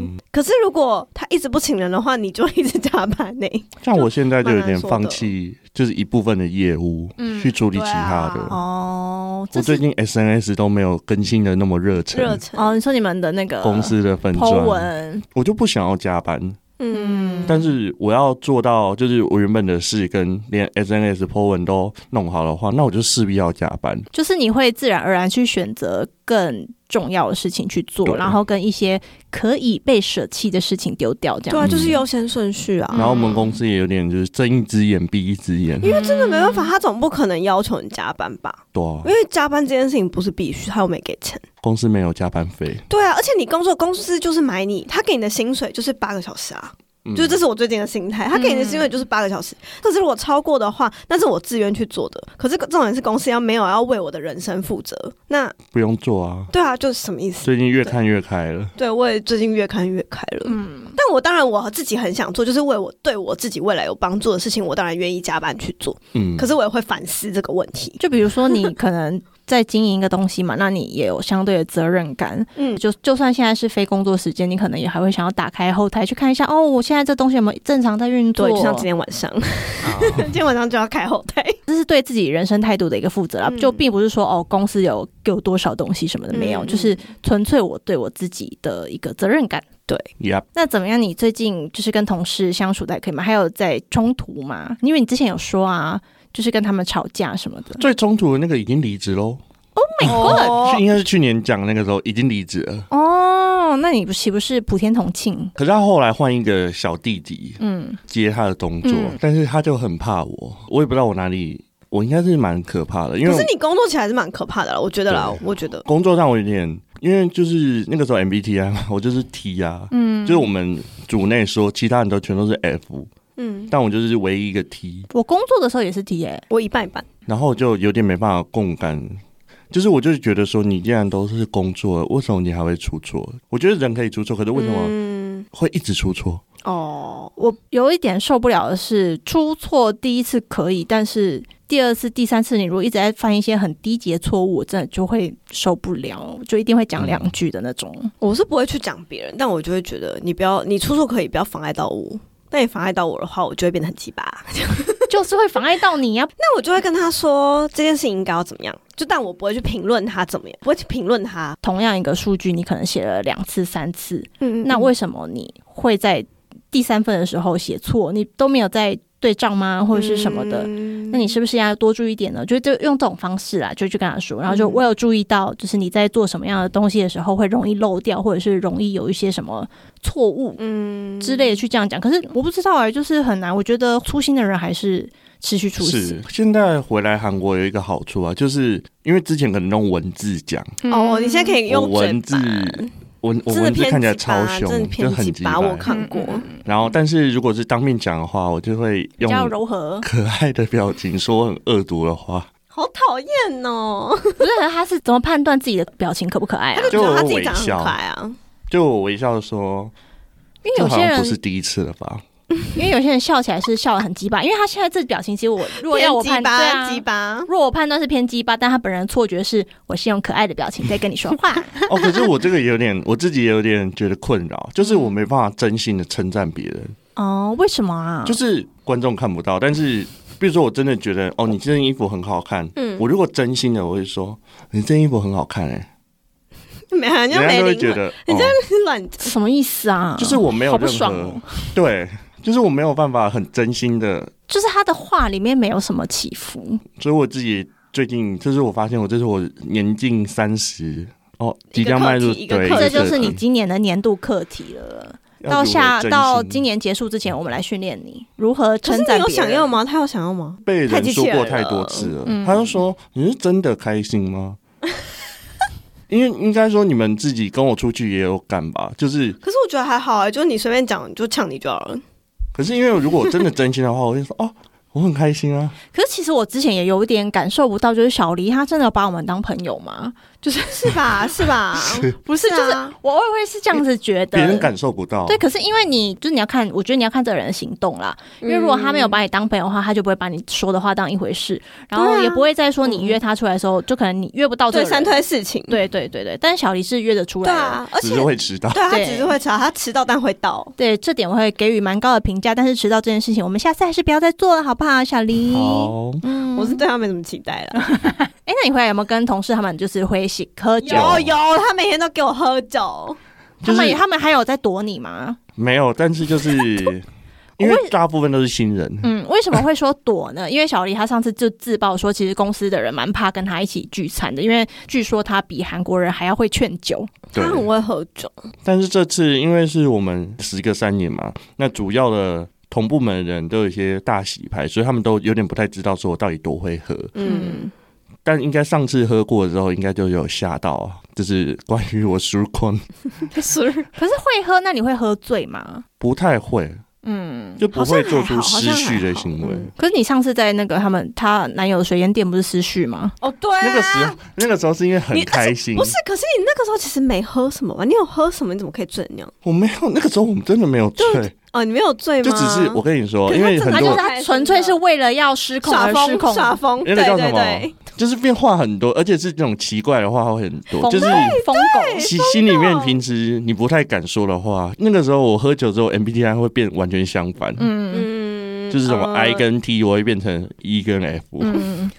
S1: 嗯，
S2: 可是如果他一直不请人的话，你就一直加班欸呢、
S1: 像我现在就有点放弃，就是一部分的业务、去处理其他的。
S2: 嗯对啊
S3: 哦，
S1: 我
S3: 这
S1: 最
S3: 是
S1: 近 SNS 都没有更新的那么热忱，
S2: 热忱
S3: 哦，你说你们的那个
S1: 公司的粉
S3: Po
S1: 砖，
S3: 文，
S1: 我就不想要加班，
S2: 嗯，
S1: 但是我要做到就是我原本的事跟连 SNS Po 文都弄好的话，那我就势必要加班。
S3: 就是你会自然而然去选择更重要的事情去做，
S1: 对
S3: 然后跟一些可以被舍弃的事情丢掉，这
S2: 对
S3: 样。
S2: 啊，就是优先顺序啊。
S1: 然后我们公司也有点就是睁一只眼闭一只眼，
S2: 因为真的没办法，他总不可能要求你加班吧？
S1: 对啊、
S2: 因为加班这件事情不是必须，他又没给钱。
S1: 公司没有加班费，
S2: 对啊，而且你工作公司就是买你，他给你的薪水就是八个小时啊，
S1: 嗯
S2: 就是这是我最近的心态。他给你的薪水就是八个小时，可是如果超过的话，那是我自愿去做的。可是这种人是公司要没有要为我的人生负责，那
S1: 不用做啊。
S2: 对啊，就是什么意思？
S1: 最近越看越开了，
S2: 对，我也最近越看越开了。嗯，但我当然我自己很想做，就是为我对我自己未来有帮助的事情，我当然愿意加班去做。
S1: 嗯，
S2: 可是我也会反思这个问题。
S3: 就比如说你可能在经营一个东西嘛，那你也有相对的责任感。
S2: 嗯，
S3: 就就算现在是非工作时间，你可能也还会想要打开后台去看一下，哦，我现在这东西有没有正常在运作？
S2: 对，就像今天晚上，
S1: 啊
S2: 今天晚上就要开后台。
S3: 这是对自己人生态度的一个负责啦，
S2: 嗯
S3: 就并不是说哦公司有给我多少东西什么的没有，
S2: 嗯
S3: 就是纯粹我对我自己的一个责任感。
S1: 呀，
S3: 那怎么样？你最近就是跟同事相处的还可以吗？还有在冲突吗？因为你之前有说啊，就是跟他们吵架什么的。
S1: 最冲突的那个已经离职喽，
S2: 哦
S1: 是应该是去年讲那个时候已经离职了。
S3: 哦，那你不岂不是普天同庆？
S1: 可是他后来换一个小弟弟
S3: 嗯，
S1: 接他的工作，
S3: 嗯
S1: 但是他就很怕我，我也不知道我哪里，我应该是蛮可怕的，因
S2: 可
S1: 为
S2: 是
S1: 我
S2: 你工作起来是蛮可怕的啦，我觉得啦，我觉得。
S1: 工作上我有点，因为就是那个时候 MBTI 嘛， 我就是 T 啊，嗯，就是我们组内说其他人都全都是 F，
S2: 嗯，
S1: 但我就是唯一一个 T，
S3: 我工作的时候也是 T 耶、
S2: 我一半一半。
S1: 然后我就有点没办法共感。就是我就是觉得说，你既然都是工作了，为什么你还会出错？我觉得人可以出错，可是为什么
S2: 嗯，
S1: 会一直出错？
S3: 哦，我有一点受不了的是，出错第一次可以，但是第二次、第三次，你如果一直在犯一些很低级的错误，我真的就会受不了，就一定会讲两句的那种。
S2: 我是不会去讲别人，但我就会觉得你不要，你出错可以，不要妨碍到我。那你妨碍到我的话，我就会变得很鸡 巴。
S3: 就是会妨碍到你呀、
S2: 那我就会跟他说这件事情应该要怎么样，就但我不会去评论他怎么样，不会去评论他。
S3: 同样一个数据，你可能写了两次、三次，
S2: 嗯
S3: 那为什么你会在第三份的时候写错？你都没有在对账吗？或者是什么的？那你是不是要多注意一点呢？就就用这种方式啦，就去跟他说，然后就
S2: 嗯
S3: 我有注意到，就是你在做什么样的东西的时候会容易漏掉，或者是容易有一些什么错误
S2: 嗯
S3: 之类的去这样讲。可是我不知道哎、就是很难。我觉得粗心的人还是持续出
S1: 是
S3: 心。
S1: 现在回来韩国有一个好处啊，就是因为之前可能用文字讲，
S2: 哦，你现在可以
S1: 我
S2: 用嘴
S1: 文字
S2: 巴，
S1: 文我
S2: 真的
S1: 文字
S2: 偏
S1: 看起来
S2: 鸡巴
S1: 超凶
S2: 真的，
S1: 就
S2: 偏
S1: 很
S2: 鸡
S1: 鸡
S2: 巴，
S1: 巴。
S2: 我看过。
S1: 然后，但是如果是当面讲的话，我就会
S3: 比
S1: 用，
S3: 较柔和
S1: 可爱的表情说很恶毒的话，
S2: 好讨厌哦！
S3: 不是？他是怎么判断自己的表情可不可爱、啊
S2: 他？就
S1: 就
S2: 觉得他
S1: 我
S2: 自己
S1: 微
S2: 长得很
S1: 笑
S2: 可爱啊。
S1: 就我微笑说，
S3: 因为
S1: 这
S3: 有
S1: 好
S3: 些
S1: 像
S3: 人
S1: 不是第一次了吧？
S3: 因为有些人笑起来是笑的很鸡巴，因为他现在这表情，其实我如果要我判
S2: 偏
S3: 断，
S2: 鸡
S3: 对啊，
S2: 巴，鸡巴
S3: 如果我判断是偏鸡巴，但他本人的错觉是我是用可爱的表情在跟你说话，
S1: 哦，可是我这个有点， 我自己也有点觉得困扰，就是我没办法真心的称赞别人，
S3: 哦，为什么啊？
S1: 就是观众看不到，但是。比如说，我真的觉得哦，你这件衣服很好看。
S2: 嗯
S1: 我如果真心的，我会说你这件衣服很好看哎、
S2: 没有，人
S1: 人
S2: 家
S1: 家
S2: 没
S1: 都会
S2: 灵
S1: 觉
S2: 魂，
S1: 得
S2: 你
S1: 哦
S2: 这 乱讲。
S3: 什么意思啊？
S1: 就是我没有
S3: 好不
S1: 任
S3: 爽
S1: 何
S3: 哦
S1: 对，就是我没有办法很真心的，
S3: 就是他的话里面没有什么起伏，
S1: 所以我自己最近，就是我发现我这是我年近三十。哦，即将迈入
S2: 一个
S1: 对，
S2: 课题一个课
S3: 这
S2: 题
S1: 一个
S3: 就是你
S1: 课题
S3: 今年的年度课题了。
S1: 要
S3: 到
S1: 如何
S3: 下
S1: 真
S3: 到
S1: 心
S3: 今年结束之前，我们来训练你如何
S2: 可
S3: 称
S2: 是
S3: 赞
S2: 你有
S3: 别人
S2: 想要？吗？他有想要吗？
S1: 被
S2: 太
S1: 人
S2: 机
S1: 说
S2: 器人
S1: 过太多
S2: 了
S1: 次了，
S3: 嗯
S1: 他就说：“你是真的开心吗？” 因为应该说你们自己跟我出去也有感吧，就是
S2: 可是我觉得还好啊、就你随便讲就呛你就好了。
S1: 可是因为如果我真的真心的话，我会说：“哦，我很开心啊。
S3: 可是其实我之前也有一点感受不到，就是小黎他真的有把我们当朋友吗？
S2: 是吧？是吧？
S3: 不
S2: 是
S3: 是，就是
S2: 啊，
S3: 我会不会是这样子觉”得？
S1: 别人感受不到，
S3: 对，可是因为你就是你要看，我觉得你要看这个人的行动啦。因
S2: 嗯
S3: 为如果他没有把你当朋友的话，他就不会把你说的话当一回事，然后
S2: 对啊
S3: 也不会再说你约他出来的时候，就可能你约不到这
S2: 对
S3: 个人
S2: 三。推四请，
S3: 对对对对，但是小黎是约得出来
S2: 对
S3: 的。
S2: 啊，而
S1: 只
S2: 且
S1: 是会迟到。
S2: 对啊，他
S3: 对
S2: 只是会迟到，他迟到但会到。
S3: 对，这点我会给予蛮高的评价，但是迟到这件事情，我们下次还是不要再做了，好不好，小黎？
S1: 好，
S3: 嗯，
S2: 我是对他没什么期待 了。
S3: 哎，那你回来有没有跟同事他们就是会一起喝酒？
S2: 有有，他每天都给我喝酒，
S3: 他
S1: 就
S3: 们
S1: 是
S3: 他们还有在躲你吗？
S1: 没有，但是就是 因为大部分都是新人，
S3: 嗯，为什么会说躲呢？因为小黎他上次就自曝说，其实公司的人蛮怕跟他一起聚餐的，因为据说他比韩国人还要会劝酒。
S1: 对
S2: 他。很会喝酒。
S1: 但是这次因为是我们时隔三年嘛，那主要的同部门的人都有一些大洗牌，所以他们都有点不太知道说我到底多会喝。
S2: 嗯，
S1: 但应该上次喝过之后，应该就有吓到，啊就是关于我输控
S2: 是
S3: 可是会喝，那你会喝醉吗？
S1: 不太会，
S3: 嗯，
S1: 就不会做出失序的行为。
S3: 可是你上次在那个他们他男友的水烟店不是失序吗？
S2: 哦，对啊，
S1: 那个时候，那个时候是因为很
S2: 你
S1: 开心，
S2: 不是，可是你那个时候其实没喝什么吧？你有喝什么？你怎么可以醉那样？
S1: 我没有那个时候我们真的没有醉，
S2: 哦，你没有醉吗？
S1: 就只是我跟你说，
S2: 可是
S1: 因
S2: 他
S1: 为
S2: 真
S1: 很
S2: 的
S3: 他就是
S1: 多
S3: 他纯粹是为了要失控
S2: 耍
S3: 而失控
S2: 疯，，耍疯，
S1: 那
S2: 对
S1: 个叫
S2: 对
S1: 什么
S2: 对，
S1: 就是变话很多，而且是这种奇怪的话会很多，
S3: 疯
S1: 就是
S3: 疯狗。
S1: 心心里面平时你不太敢说的话，那个时候我喝酒之后 MBTI 会变完全相反，
S3: 嗯
S2: 嗯，
S1: 啊就是什么
S2: 呃
S1: I 跟 T 我会变成 E 跟 F。
S3: 嗯，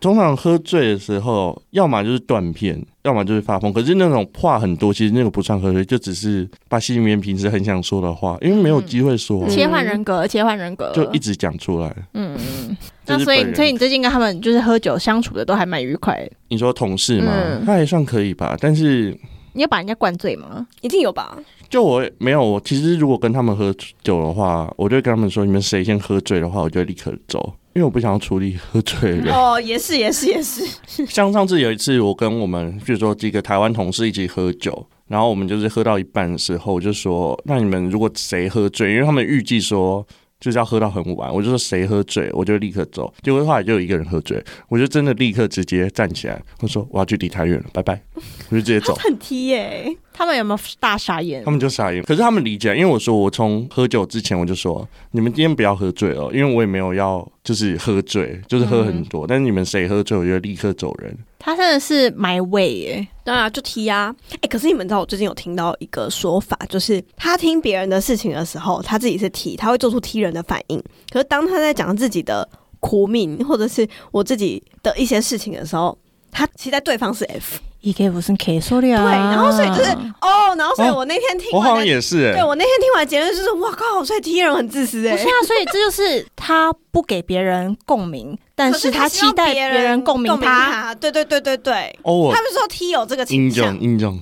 S1: 通常喝醉的时候，要么就是断片，要么就是发疯。可是那种话很多，其实那个不算喝醉，就只是把心里面平时很想说的话，因为没有机会说，
S2: 嗯
S3: 切换人格，切换人格，
S1: 就一直讲出来。
S3: 嗯嗯。
S1: 这
S3: 那
S1: 是
S3: 所
S1: 本
S3: 以，
S1: 人
S3: 所以你最近跟他们就是喝酒相处的都还蛮愉快的。
S1: 你说同事嘛，
S3: 嗯
S1: 他还算可以吧，但是
S3: 你有把人家灌醉吗？
S2: 一定有吧？
S1: 就我没有，我其实如果跟他们喝酒的话，我就会跟他们说，你们谁先喝醉的话，我就立刻走，因为我不想要处理喝醉的 人。
S2: 哦，也是，也是，也是，
S1: 像上次有一次，我跟我们比如说几个台湾同事一起喝酒，然后我们就是喝到一半的时候，我就说：“那你们如果谁喝醉，因为他们预计说就是要喝到很晚，我就说谁喝醉，我就立刻走。”结果后来就有一个人喝醉，我就真的立刻直接站起来，我说：“我要去离太远了，拜拜。”我就直接
S2: 他
S1: 走，
S2: 很 T 耶，
S3: 他们有没有大傻眼
S1: 他？们就傻眼。可是他们理解，因为我说我从喝酒之前我就说，你们今天不要喝醉哦，因为我也没有要就是喝醉，就是喝很多，
S2: 嗯
S1: 但是你们谁喝醉，我就立刻走人。
S3: 他真的是埋位耶，
S2: 当然就 T 呀。哎，可是你们知道，我最近有听到一个说法，就是他听别人的事情的时候，他自己是 T，他会做出 T 人的反应。可是当他在讲自己的苦命或者是我自己的一些事情的时候，他期待对方是 F。
S3: 一个不是 K 说的啊。嗯
S2: 对，然后所以就是哦，然后所以我那天听
S1: 我好像
S2: 完的。
S1: 也是、欸，
S2: 对我那天听完结论就是，哇靠！所以 T 人很自私哎、
S3: 不是啊，所以这就是他不给别人共鸣，但
S2: 可
S3: 啊是他
S2: 希望
S3: 期待别
S2: 别
S3: 人共鸣他。
S2: 他。对对对对对，
S1: 哦，我
S2: 他们说 T 有这个倾
S1: 英
S2: 向
S1: 雄，，英雄，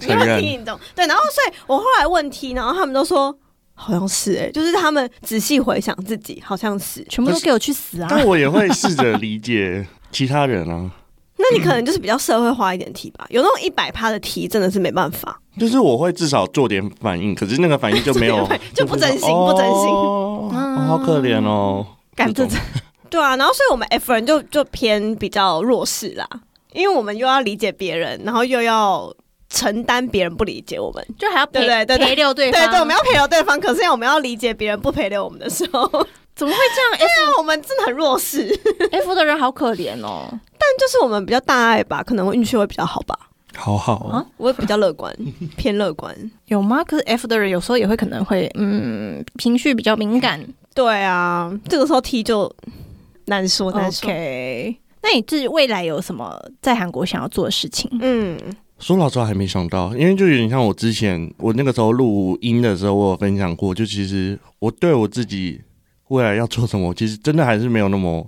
S2: 因
S1: 承
S2: 为 T
S1: 认。
S2: 你懂对。然后所以我后来问 T，然后他们都说好像是哎、就是他们仔细回想自己好像是。
S3: 全部都给我去死啊！
S1: 但我也会试着理解其他人啊，
S2: 那你可能就是比较社会化一点 T 吧，有那种一百趴的 T 真的是没办法，
S1: 就是我会至少做点反应，可是那个反应就没有
S2: 对， 就不真心，
S1: 哦
S2: 不真心。
S1: 哦好可怜 哦。
S3: 干
S1: 这
S3: 这
S1: 种
S2: 对啊，然后所以我们 F 人就就偏比较弱势啦，因为我们又要理解别人，然后又要承担别人不理解我们。
S3: 就还要陪
S2: 对对对对
S3: 陪六对
S2: 对
S3: 方。
S2: 对，我们要陪聊对方，可是我们要理解别人不陪聊我们的时 候，
S3: 怎么会这样
S2: 那我们真的很弱势。
S3: ？F F 的人好可怜哦。
S2: 但就是我们比较大爱吧，可能运气会比较好吧。
S1: 好好哦
S3: 啊
S2: 我也比较乐 观，偏乐观。
S3: 有吗？可是 F 的人有时候也会可能会，嗯，情绪比较敏感。
S2: 对啊，这个时候 T 就难说难说。
S3: OK，那你自己未来有什么在韩国想要做的事情？
S2: 嗯，
S1: 说老实话，还没想到，因为就有点像我之前我那个时候录音的时候，我有分享过，就其实我对我自己未来要做什么，其实真的还是没有那么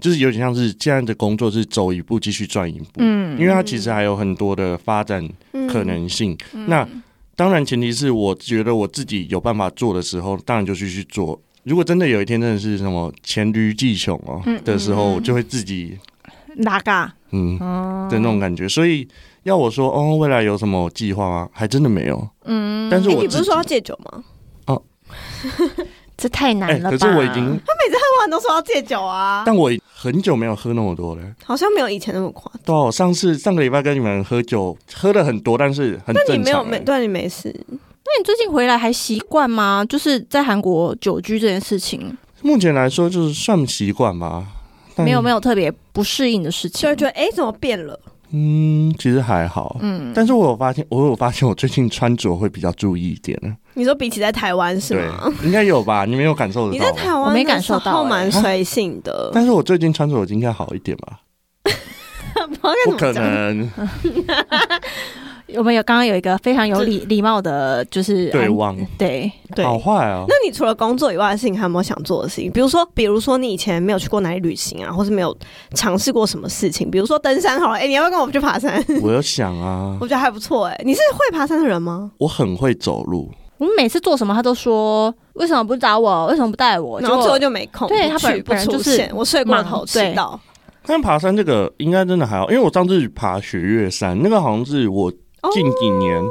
S1: 就是有点像是现在的工作是走一步继续赚一步，
S3: 嗯
S1: 因为它其实还有很多的发展
S2: 嗯
S1: 可能性。
S3: 嗯
S1: 那当然前提是我觉得我自己有办法做的时候，当然就去去做。如果真的有一天真的是什么黔驴技穷哦
S3: 嗯
S1: 的时候，
S3: 嗯嗯
S1: 我就会自己
S3: 哪啊嘎？
S1: 嗯的那种感觉。所以要我说哦，未来有什么计划吗？还真的没有。嗯，但是
S2: 哎
S1: 我
S2: 你不
S1: 自
S2: 是
S1: 己
S2: 说要戒酒吗？
S3: 这太难
S1: 哎、
S3: 了
S1: 可
S3: 吧？
S1: 是我已经，
S2: 喝完都说要戒酒啊，
S1: 但我很久没有喝那么多了。
S2: 好像没有以前那么夸张。
S1: 对啊，我上次上个礼拜跟你们喝酒，喝的很多，但是很
S2: 你
S1: 正
S2: 没
S1: 常、
S2: 有
S1: 欸。
S2: 没对啊你没事，
S3: 那你最近回来还习惯吗？就是在韩国久居这件事情，
S1: 目前来说就是算习惯吧，但
S3: 没有没有特别不适应的事
S2: 就
S3: 情
S2: 会。觉得哎、诶怎么变了？
S1: 嗯，其实还好。嗯，但是我有发现，我有发现我最近穿着会比较注意一点呢。
S2: 你说比起在台湾是
S1: 对
S2: 吗？，
S1: 应该有吧？你没有感受得
S2: 你
S1: 到
S2: 在
S1: 吧？
S2: 台湾
S3: 我没感受到
S2: 的时候
S3: 哎
S2: 蛮随性 的。
S1: 但是我最近穿着应该好一点吧？不可 能，
S3: 我们有刚刚有一个非常有礼礼貌的，就是
S1: 对
S3: 安
S1: 望
S3: 对，
S2: 对，
S1: 好坏哦。
S2: 那你除了工作以外的事情，还有没有想做的事情？比如说，比如说你以前没有去过哪里旅行啊，或是没有尝试过什么事情，比如说登山好了。哎、 你要不要跟我们去爬山？
S1: 我有想啊，
S2: 我觉得还不错哎、你是会爬山的人吗？
S1: 我很会走路，
S3: 我们每次做什么，他都说为什么不找我，为什么不带我？
S2: 然后
S3: 结
S2: 最后
S3: 果
S2: 就没空，
S3: 对
S2: 不
S3: 他本
S2: 去不
S3: 本人
S2: 出
S3: 就是
S2: 现，我睡过
S3: 忙
S2: 头迟
S3: 对
S2: 到。
S1: 但爬山这个应该真的还好，因为我上次爬雪月山，那个好像是我
S2: 哦
S1: 近几年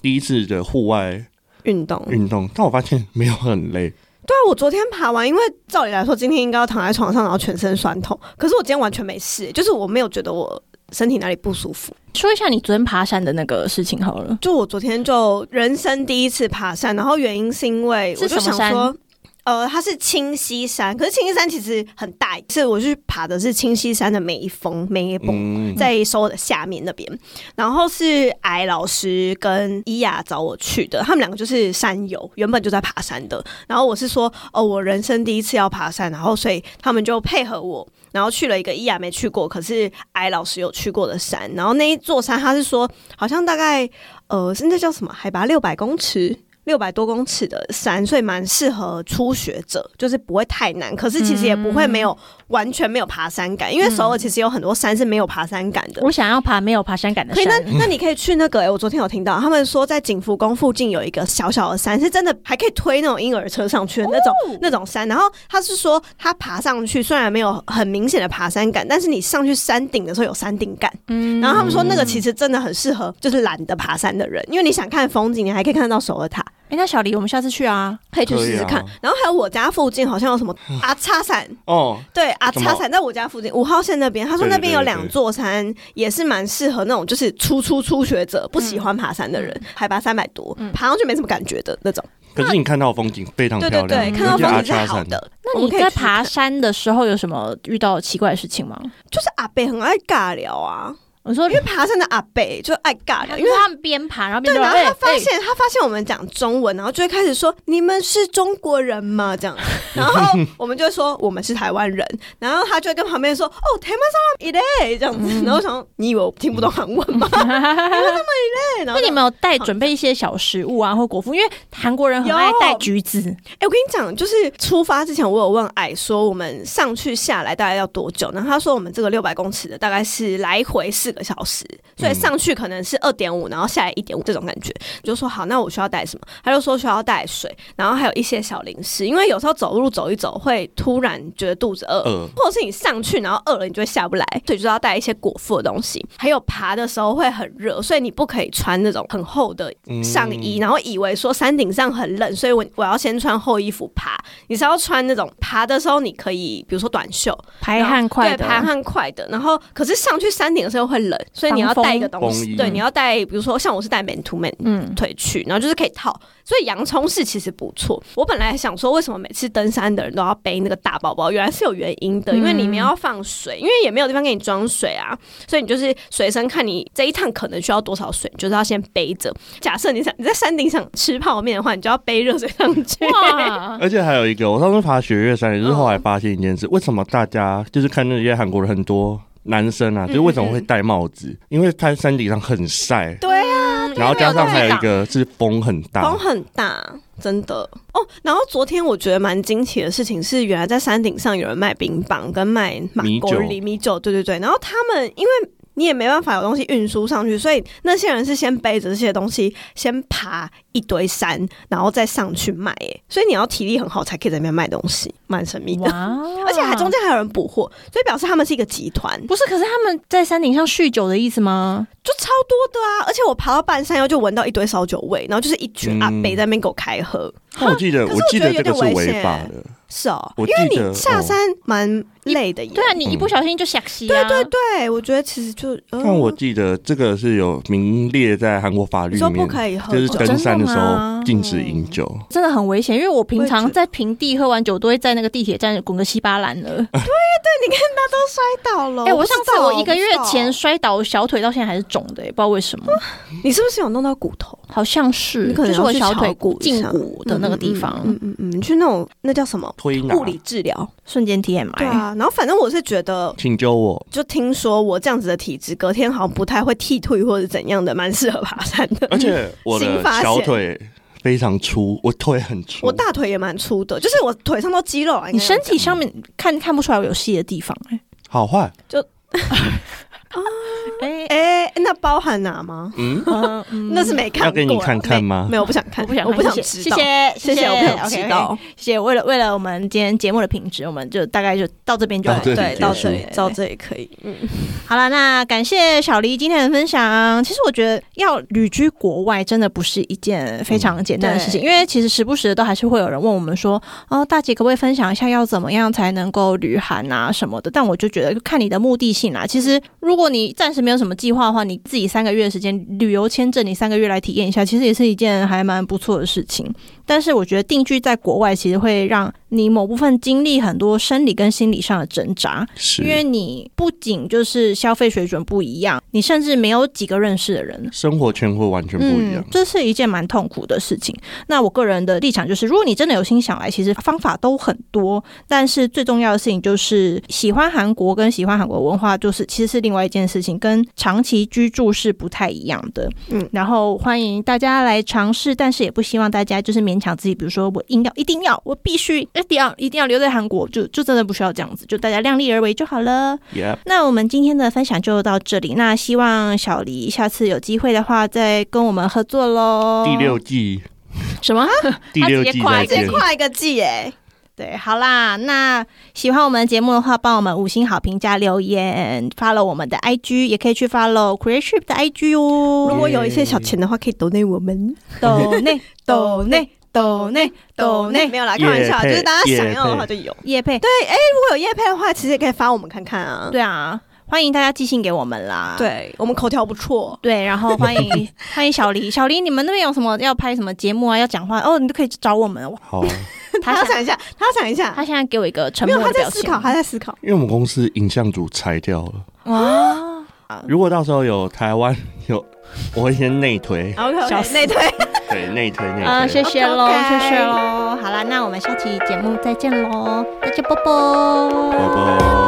S1: 第一次的户外
S2: 运动，对
S1: 运动，但我发现没有很累。
S2: 啊，我昨天爬完，因为照理来说今天应该要躺在床上，然后全身酸痛，可是我今天完全没事、就是我没有觉得我身体哪里不舒服。
S3: 说一下你昨天爬山的那个事情好了。
S2: 就我昨天就人生第一次爬山，然后原因是因为
S3: 是
S2: 我就
S3: 什么
S2: 想说。呃，它是清溪山，可是清溪山其实很大，是我去爬的是清溪山的每一峰每一峰，
S1: 嗯，
S2: 哦在收的下面那边，然后是矮老师跟伊雅找我去的，他们两个就是山友，原本就在爬山的。然后我是说，哦，我人生第一次要爬山，然后所以他们就配合我，然后去了一个伊雅没去过，可是矮老师有去过的山。然后那一座山，他是说好像大概呃，是那叫什么，海拔六百公尺。六百多公尺的山，所以蛮适合初学者，就是不会太难，可是其实也不会没有、完全没有爬山感，因为首尔其实有很多山是没有爬山感的。
S3: 我想要爬没有爬山感的
S2: 可以，那
S3: 山，
S2: 那你可以去那个、欸，我昨天有听到他们说，在景福宫附近有一个小小的山，是真的还可以推那种婴儿车上去的那种、那种山。然后他是说，他爬上去虽然没有很明显的爬山感，但是你上去山顶的时候有山顶感。
S3: 嗯
S2: 然后他们说，那个其实真的很适合就是懒得爬山的人，因为你想看风景，你还可以看得到首尔塔，
S3: 哎，那小黎，我们下次去啊。
S2: 可以去试试看。
S1: 可以啊
S2: 然后还有我家附近好像有什么阿叉伞，
S1: 哦，
S2: 对啊，
S1: 什么
S2: 茶伞在我家附近五号线那边，他说
S1: 对对
S2: 那边有
S1: 对对
S2: 两座山，也是蛮适合那种就是初初初学者不喜欢爬山的人，
S1: 嗯
S2: 海拔三百多，爬上去没什么感觉的那种。
S1: 可是你看到的风景非常
S2: 对
S1: 漂
S2: 对
S1: 亮，
S2: 对，
S1: 尤
S2: 看到
S1: 其阿
S2: 风景
S1: 叉
S2: 是好
S1: 山
S2: 的。
S3: 那
S2: 我们
S3: 你
S2: 可以
S3: 在
S2: 去
S3: 爬
S2: 看
S3: 山的时候有什么遇到奇怪的事情吗？
S2: 就是阿北很爱尬聊啊，
S3: 我说，
S2: 因为爬山的阿北就爱尬聊，
S3: 因
S2: 因为
S3: 为
S2: 他。
S3: 他们边爬，然后边
S2: 对，然后
S3: 哎
S2: 他发
S3: 哎
S2: 现他发现我们讲中文，然后就会开始说你们是中国人吗？这样，然后我们就会说我们是台湾人，然后他就会跟旁边说哦，台湾上一类这样子，然后我想说你以为我听不懂韩文吗？台湾上一类，然
S3: 那
S2: 后
S3: 你们有带准备一些小食物啊，或果腹？因为韩国人很爱带橘子，
S2: 哎、我跟你讲，就是出发之前，我有问矮说我们上去下来大概要多久，然后他说我们这个六百公尺的大概是来回四个小时，所以上去可能是二点五，然后下来一点五这种感觉。我就说好，那我需要带什么？他就说需要带水，然后还有一些小零食，因为有时候走路走一走会突然觉得肚子饿，
S1: 呃，
S2: 或者是你上去然后饿了，你就会下不来，所以就是要带一些果腹的东西。还有爬的时候会很热，所以你不可以穿那种很厚的
S1: 嗯
S2: 上衣，然后以为说山顶上很冷，所以我我要先穿厚衣服爬。你是要穿那种爬的时候你可以，比如说短袖，
S3: 排汗快的
S2: 对，，排汗快的。然后可是上去山顶的时候会冷，所以你要带一个东
S1: 防
S2: 西，
S1: 风
S2: 对，
S1: 嗯
S2: 你要带，比如说像我是带 man to man
S3: 嗯，
S2: 腿去，然后就是可以套。所以洋葱式其实不错。我本来想说，为什么每次登山的人都要背那个大包包，原来是有原因
S3: 嗯
S2: 的，因为里面要放水，因为也没有地方给你装水啊，所以你就是随身看你这一趟可能需要多少水，你就是要先背着。假设你想你在山顶想吃泡面的话，你就要背热水上去。
S3: 哇，
S1: 而且还有一个，我上次爬雪月山，也
S2: 嗯
S1: 是后来发现一件事，为什么大家就是看那些韩国人
S2: 嗯
S1: 很多。男生啊，就是为什么会戴帽子？因为他山顶上很晒，
S2: 对啊，
S3: 嗯
S1: 然后加上还有一个是风很大
S2: 风，很大，真的哦。然后昨天我觉得蛮惊奇的事情是，原来在山顶上有人卖冰棒跟卖马
S1: 米
S2: 狗
S1: 酒
S2: 里米酒，对对对。然后他们因为你也没办法有东西运输上去，所以那些人是先背着这些东西，先爬一堆山，然后再上去卖。哎，所以你要体力很好才可以在那边卖东西，蛮神秘的。！
S3: 哇
S2: 而且还中间还有人捕获，所以表示他们是一个集团，
S3: 不是，可是他们在山顶上酗酒的意思吗？
S2: 就超多的啊！而且我爬到半山腰就闻到一堆烧酒味，然后就是一
S1: 嗯
S2: 群阿北在那边给我开喝。
S1: 但我记得
S2: 可是
S1: 我
S2: 我
S1: 记
S2: 觉
S1: 得
S2: 得
S1: 这
S2: 有
S1: 个
S2: 点
S1: 是
S2: 危
S1: 违
S2: 险
S1: 法的，
S2: 是哦，
S1: 我
S2: 因为
S1: 记得
S2: 你下
S1: 哦
S2: 山蛮累的耶。
S3: 对啊，你一
S1: 嗯
S3: 不小心就想吸啊。
S2: 对对，我觉得其实就，呃
S1: 但我记得这个是有名列在韩国法律
S2: 你
S1: 里
S2: 说不
S1: 面，
S2: 可以喝哦
S1: 就
S2: 酒，
S1: 是登山的时
S3: 真的
S1: 候
S3: 吗
S1: 禁止饮酒。
S2: 嗯
S3: 真的很危险，因为我平
S2: 我也觉
S3: 常
S2: 得
S3: 在平地喝完酒都会在那个地铁站滚个稀巴烂 了。
S2: 摔倒了。
S3: 哎、我上
S2: 哦不知
S3: 次
S2: 道
S3: 我一个月前
S2: 不知
S3: 摔倒，小腿到现在还是肿的、欸也不知道为什么，
S2: 道你是不是有弄到骨头？
S3: 好像是
S2: 你可能
S3: 就是我
S2: 要去
S3: 小腿
S2: 炒股一
S3: 胫
S2: 下
S3: 骨的那个地方，
S2: 嗯嗯嗯，嗯你去那种那叫什么
S1: 推拿
S2: 物，理治疗？
S3: 瞬间 TMI。
S2: 对啊，然后反正我是觉得。
S1: 请救我！
S2: 就听说我这样子的体质，隔天好像不太会剃退或者怎样的，蛮适合爬山的。
S1: 而且我的
S2: 刑法
S1: 小
S2: 险
S1: 腿非常粗，我腿很粗，
S2: 我大腿也蛮粗的，就是我腿上都肌肉啊。
S3: 你
S2: 应该这
S3: 身
S2: 样
S3: 体上面看看不出来我有细的地方、
S1: 好坏，
S3: 哎、 哎、
S2: 哎、那包含哪吗？
S1: 嗯，
S3: 嗯嗯
S2: 那 是没看过啊，
S1: 要给你看看吗
S2: 没？没有，我不想看，
S3: 我不想看，
S2: 我不想
S3: 谢
S2: 知
S3: 谢
S2: 道。
S3: 谢
S2: 谢谢，
S3: 谢，
S2: 我不想
S3: OK，
S2: 知道。
S3: 谢谢。为了为了我们今天节目的品质，我们就大概就到这边就
S1: 到这里
S2: 对，
S1: 结
S2: 到
S1: 束
S2: 这里，到
S3: 对
S2: 这里可以。嗯，
S3: 好了，那感谢小黎今天的分享。其实我觉得要旅居国外，真的不是一件非常简单的事情，
S2: 嗯
S3: 因为其实时不时的都还是会有人问我们说，哦，大姐可不可以分享一下要怎么样才能够旅韩啊什么的？但我就觉得看你的目的性啦。其实如果你暂时没有什么计划的话，你自己三个月的时间旅游签证，你三个月来体验一下，其实也是一件还蛮不错的事情。但是我觉得定居在国外，其实会让你某部分经历很多生理跟心理上的挣扎。
S1: 是
S3: 因为你不仅就是消费水准不一样，你甚至没有几个认识的人。嗯
S1: 生活圈会完全不一样。
S3: 这是一件蛮痛苦的事情。那我个人的立场就是，如果你真的有心想来，其实方法都很多，但是最重要的事情就是喜欢韩国跟喜欢韩国文化，就是其实是另外一件事情，跟长期居住是不太一样的。
S2: 嗯
S3: 嗯，然后欢迎大家来尝试，但是也不希望大家就是勉强自己，比如说我硬要一定要我必须一定要一定要留在韩国，就就真的不需要这样子，就大家量力而为就好了。
S1: Yep，
S3: 那我们今天的分享就到这里，那希望小黎下次有机会的话再跟我们合作喽。
S1: 第六季，
S3: 什么？
S1: 第六季再
S3: 他直接
S2: 再
S1: 见。
S2: 跨一个季哎，
S3: 对，好啦，那喜欢我们节目的话，帮我们五星好评加留言，follow 我们的 IG，也可以去 follow Create Ship 的 IG
S2: 如
S3: 哦。
S2: 果有一些小钱的话，可以抖内我们。
S3: 抖 内抖内抖内抖内
S2: 没有啦，开玩笑，
S1: 业配
S2: 就是大家想要的话就有。
S3: 叶配，
S2: 对，哎，如果有叶配的话，其实也可以发我们看看啊。
S3: 对啊，欢迎大家寄信给我们啦。。
S2: 对，我们口条不错。
S3: 对，然后欢迎欢迎小黎，小黎，你们那边有什么要拍什么节目啊，要讲话哦，你都可以找我们。哇
S1: 好， 啊
S2: 他要想一下，他要想一下
S3: 他，现在给我一个沉
S2: 没有
S3: 默
S2: 他
S3: 的
S2: 在
S3: 表
S2: 思
S3: 情，
S2: 考，他在思考。，
S1: 因为我们公司影像组裁掉了。
S3: 啊，
S1: 如果到时候有台湾有，我会先内推
S2: OK，
S3: 小
S2: 小
S3: 思
S2: 内推，
S1: 对，内推内推。
S3: 啊，谢谢喽，
S2: OK，OK
S3: 谢谢喽，好啦，那我们下期节目再见喽，大家啵啵，
S1: 拜拜。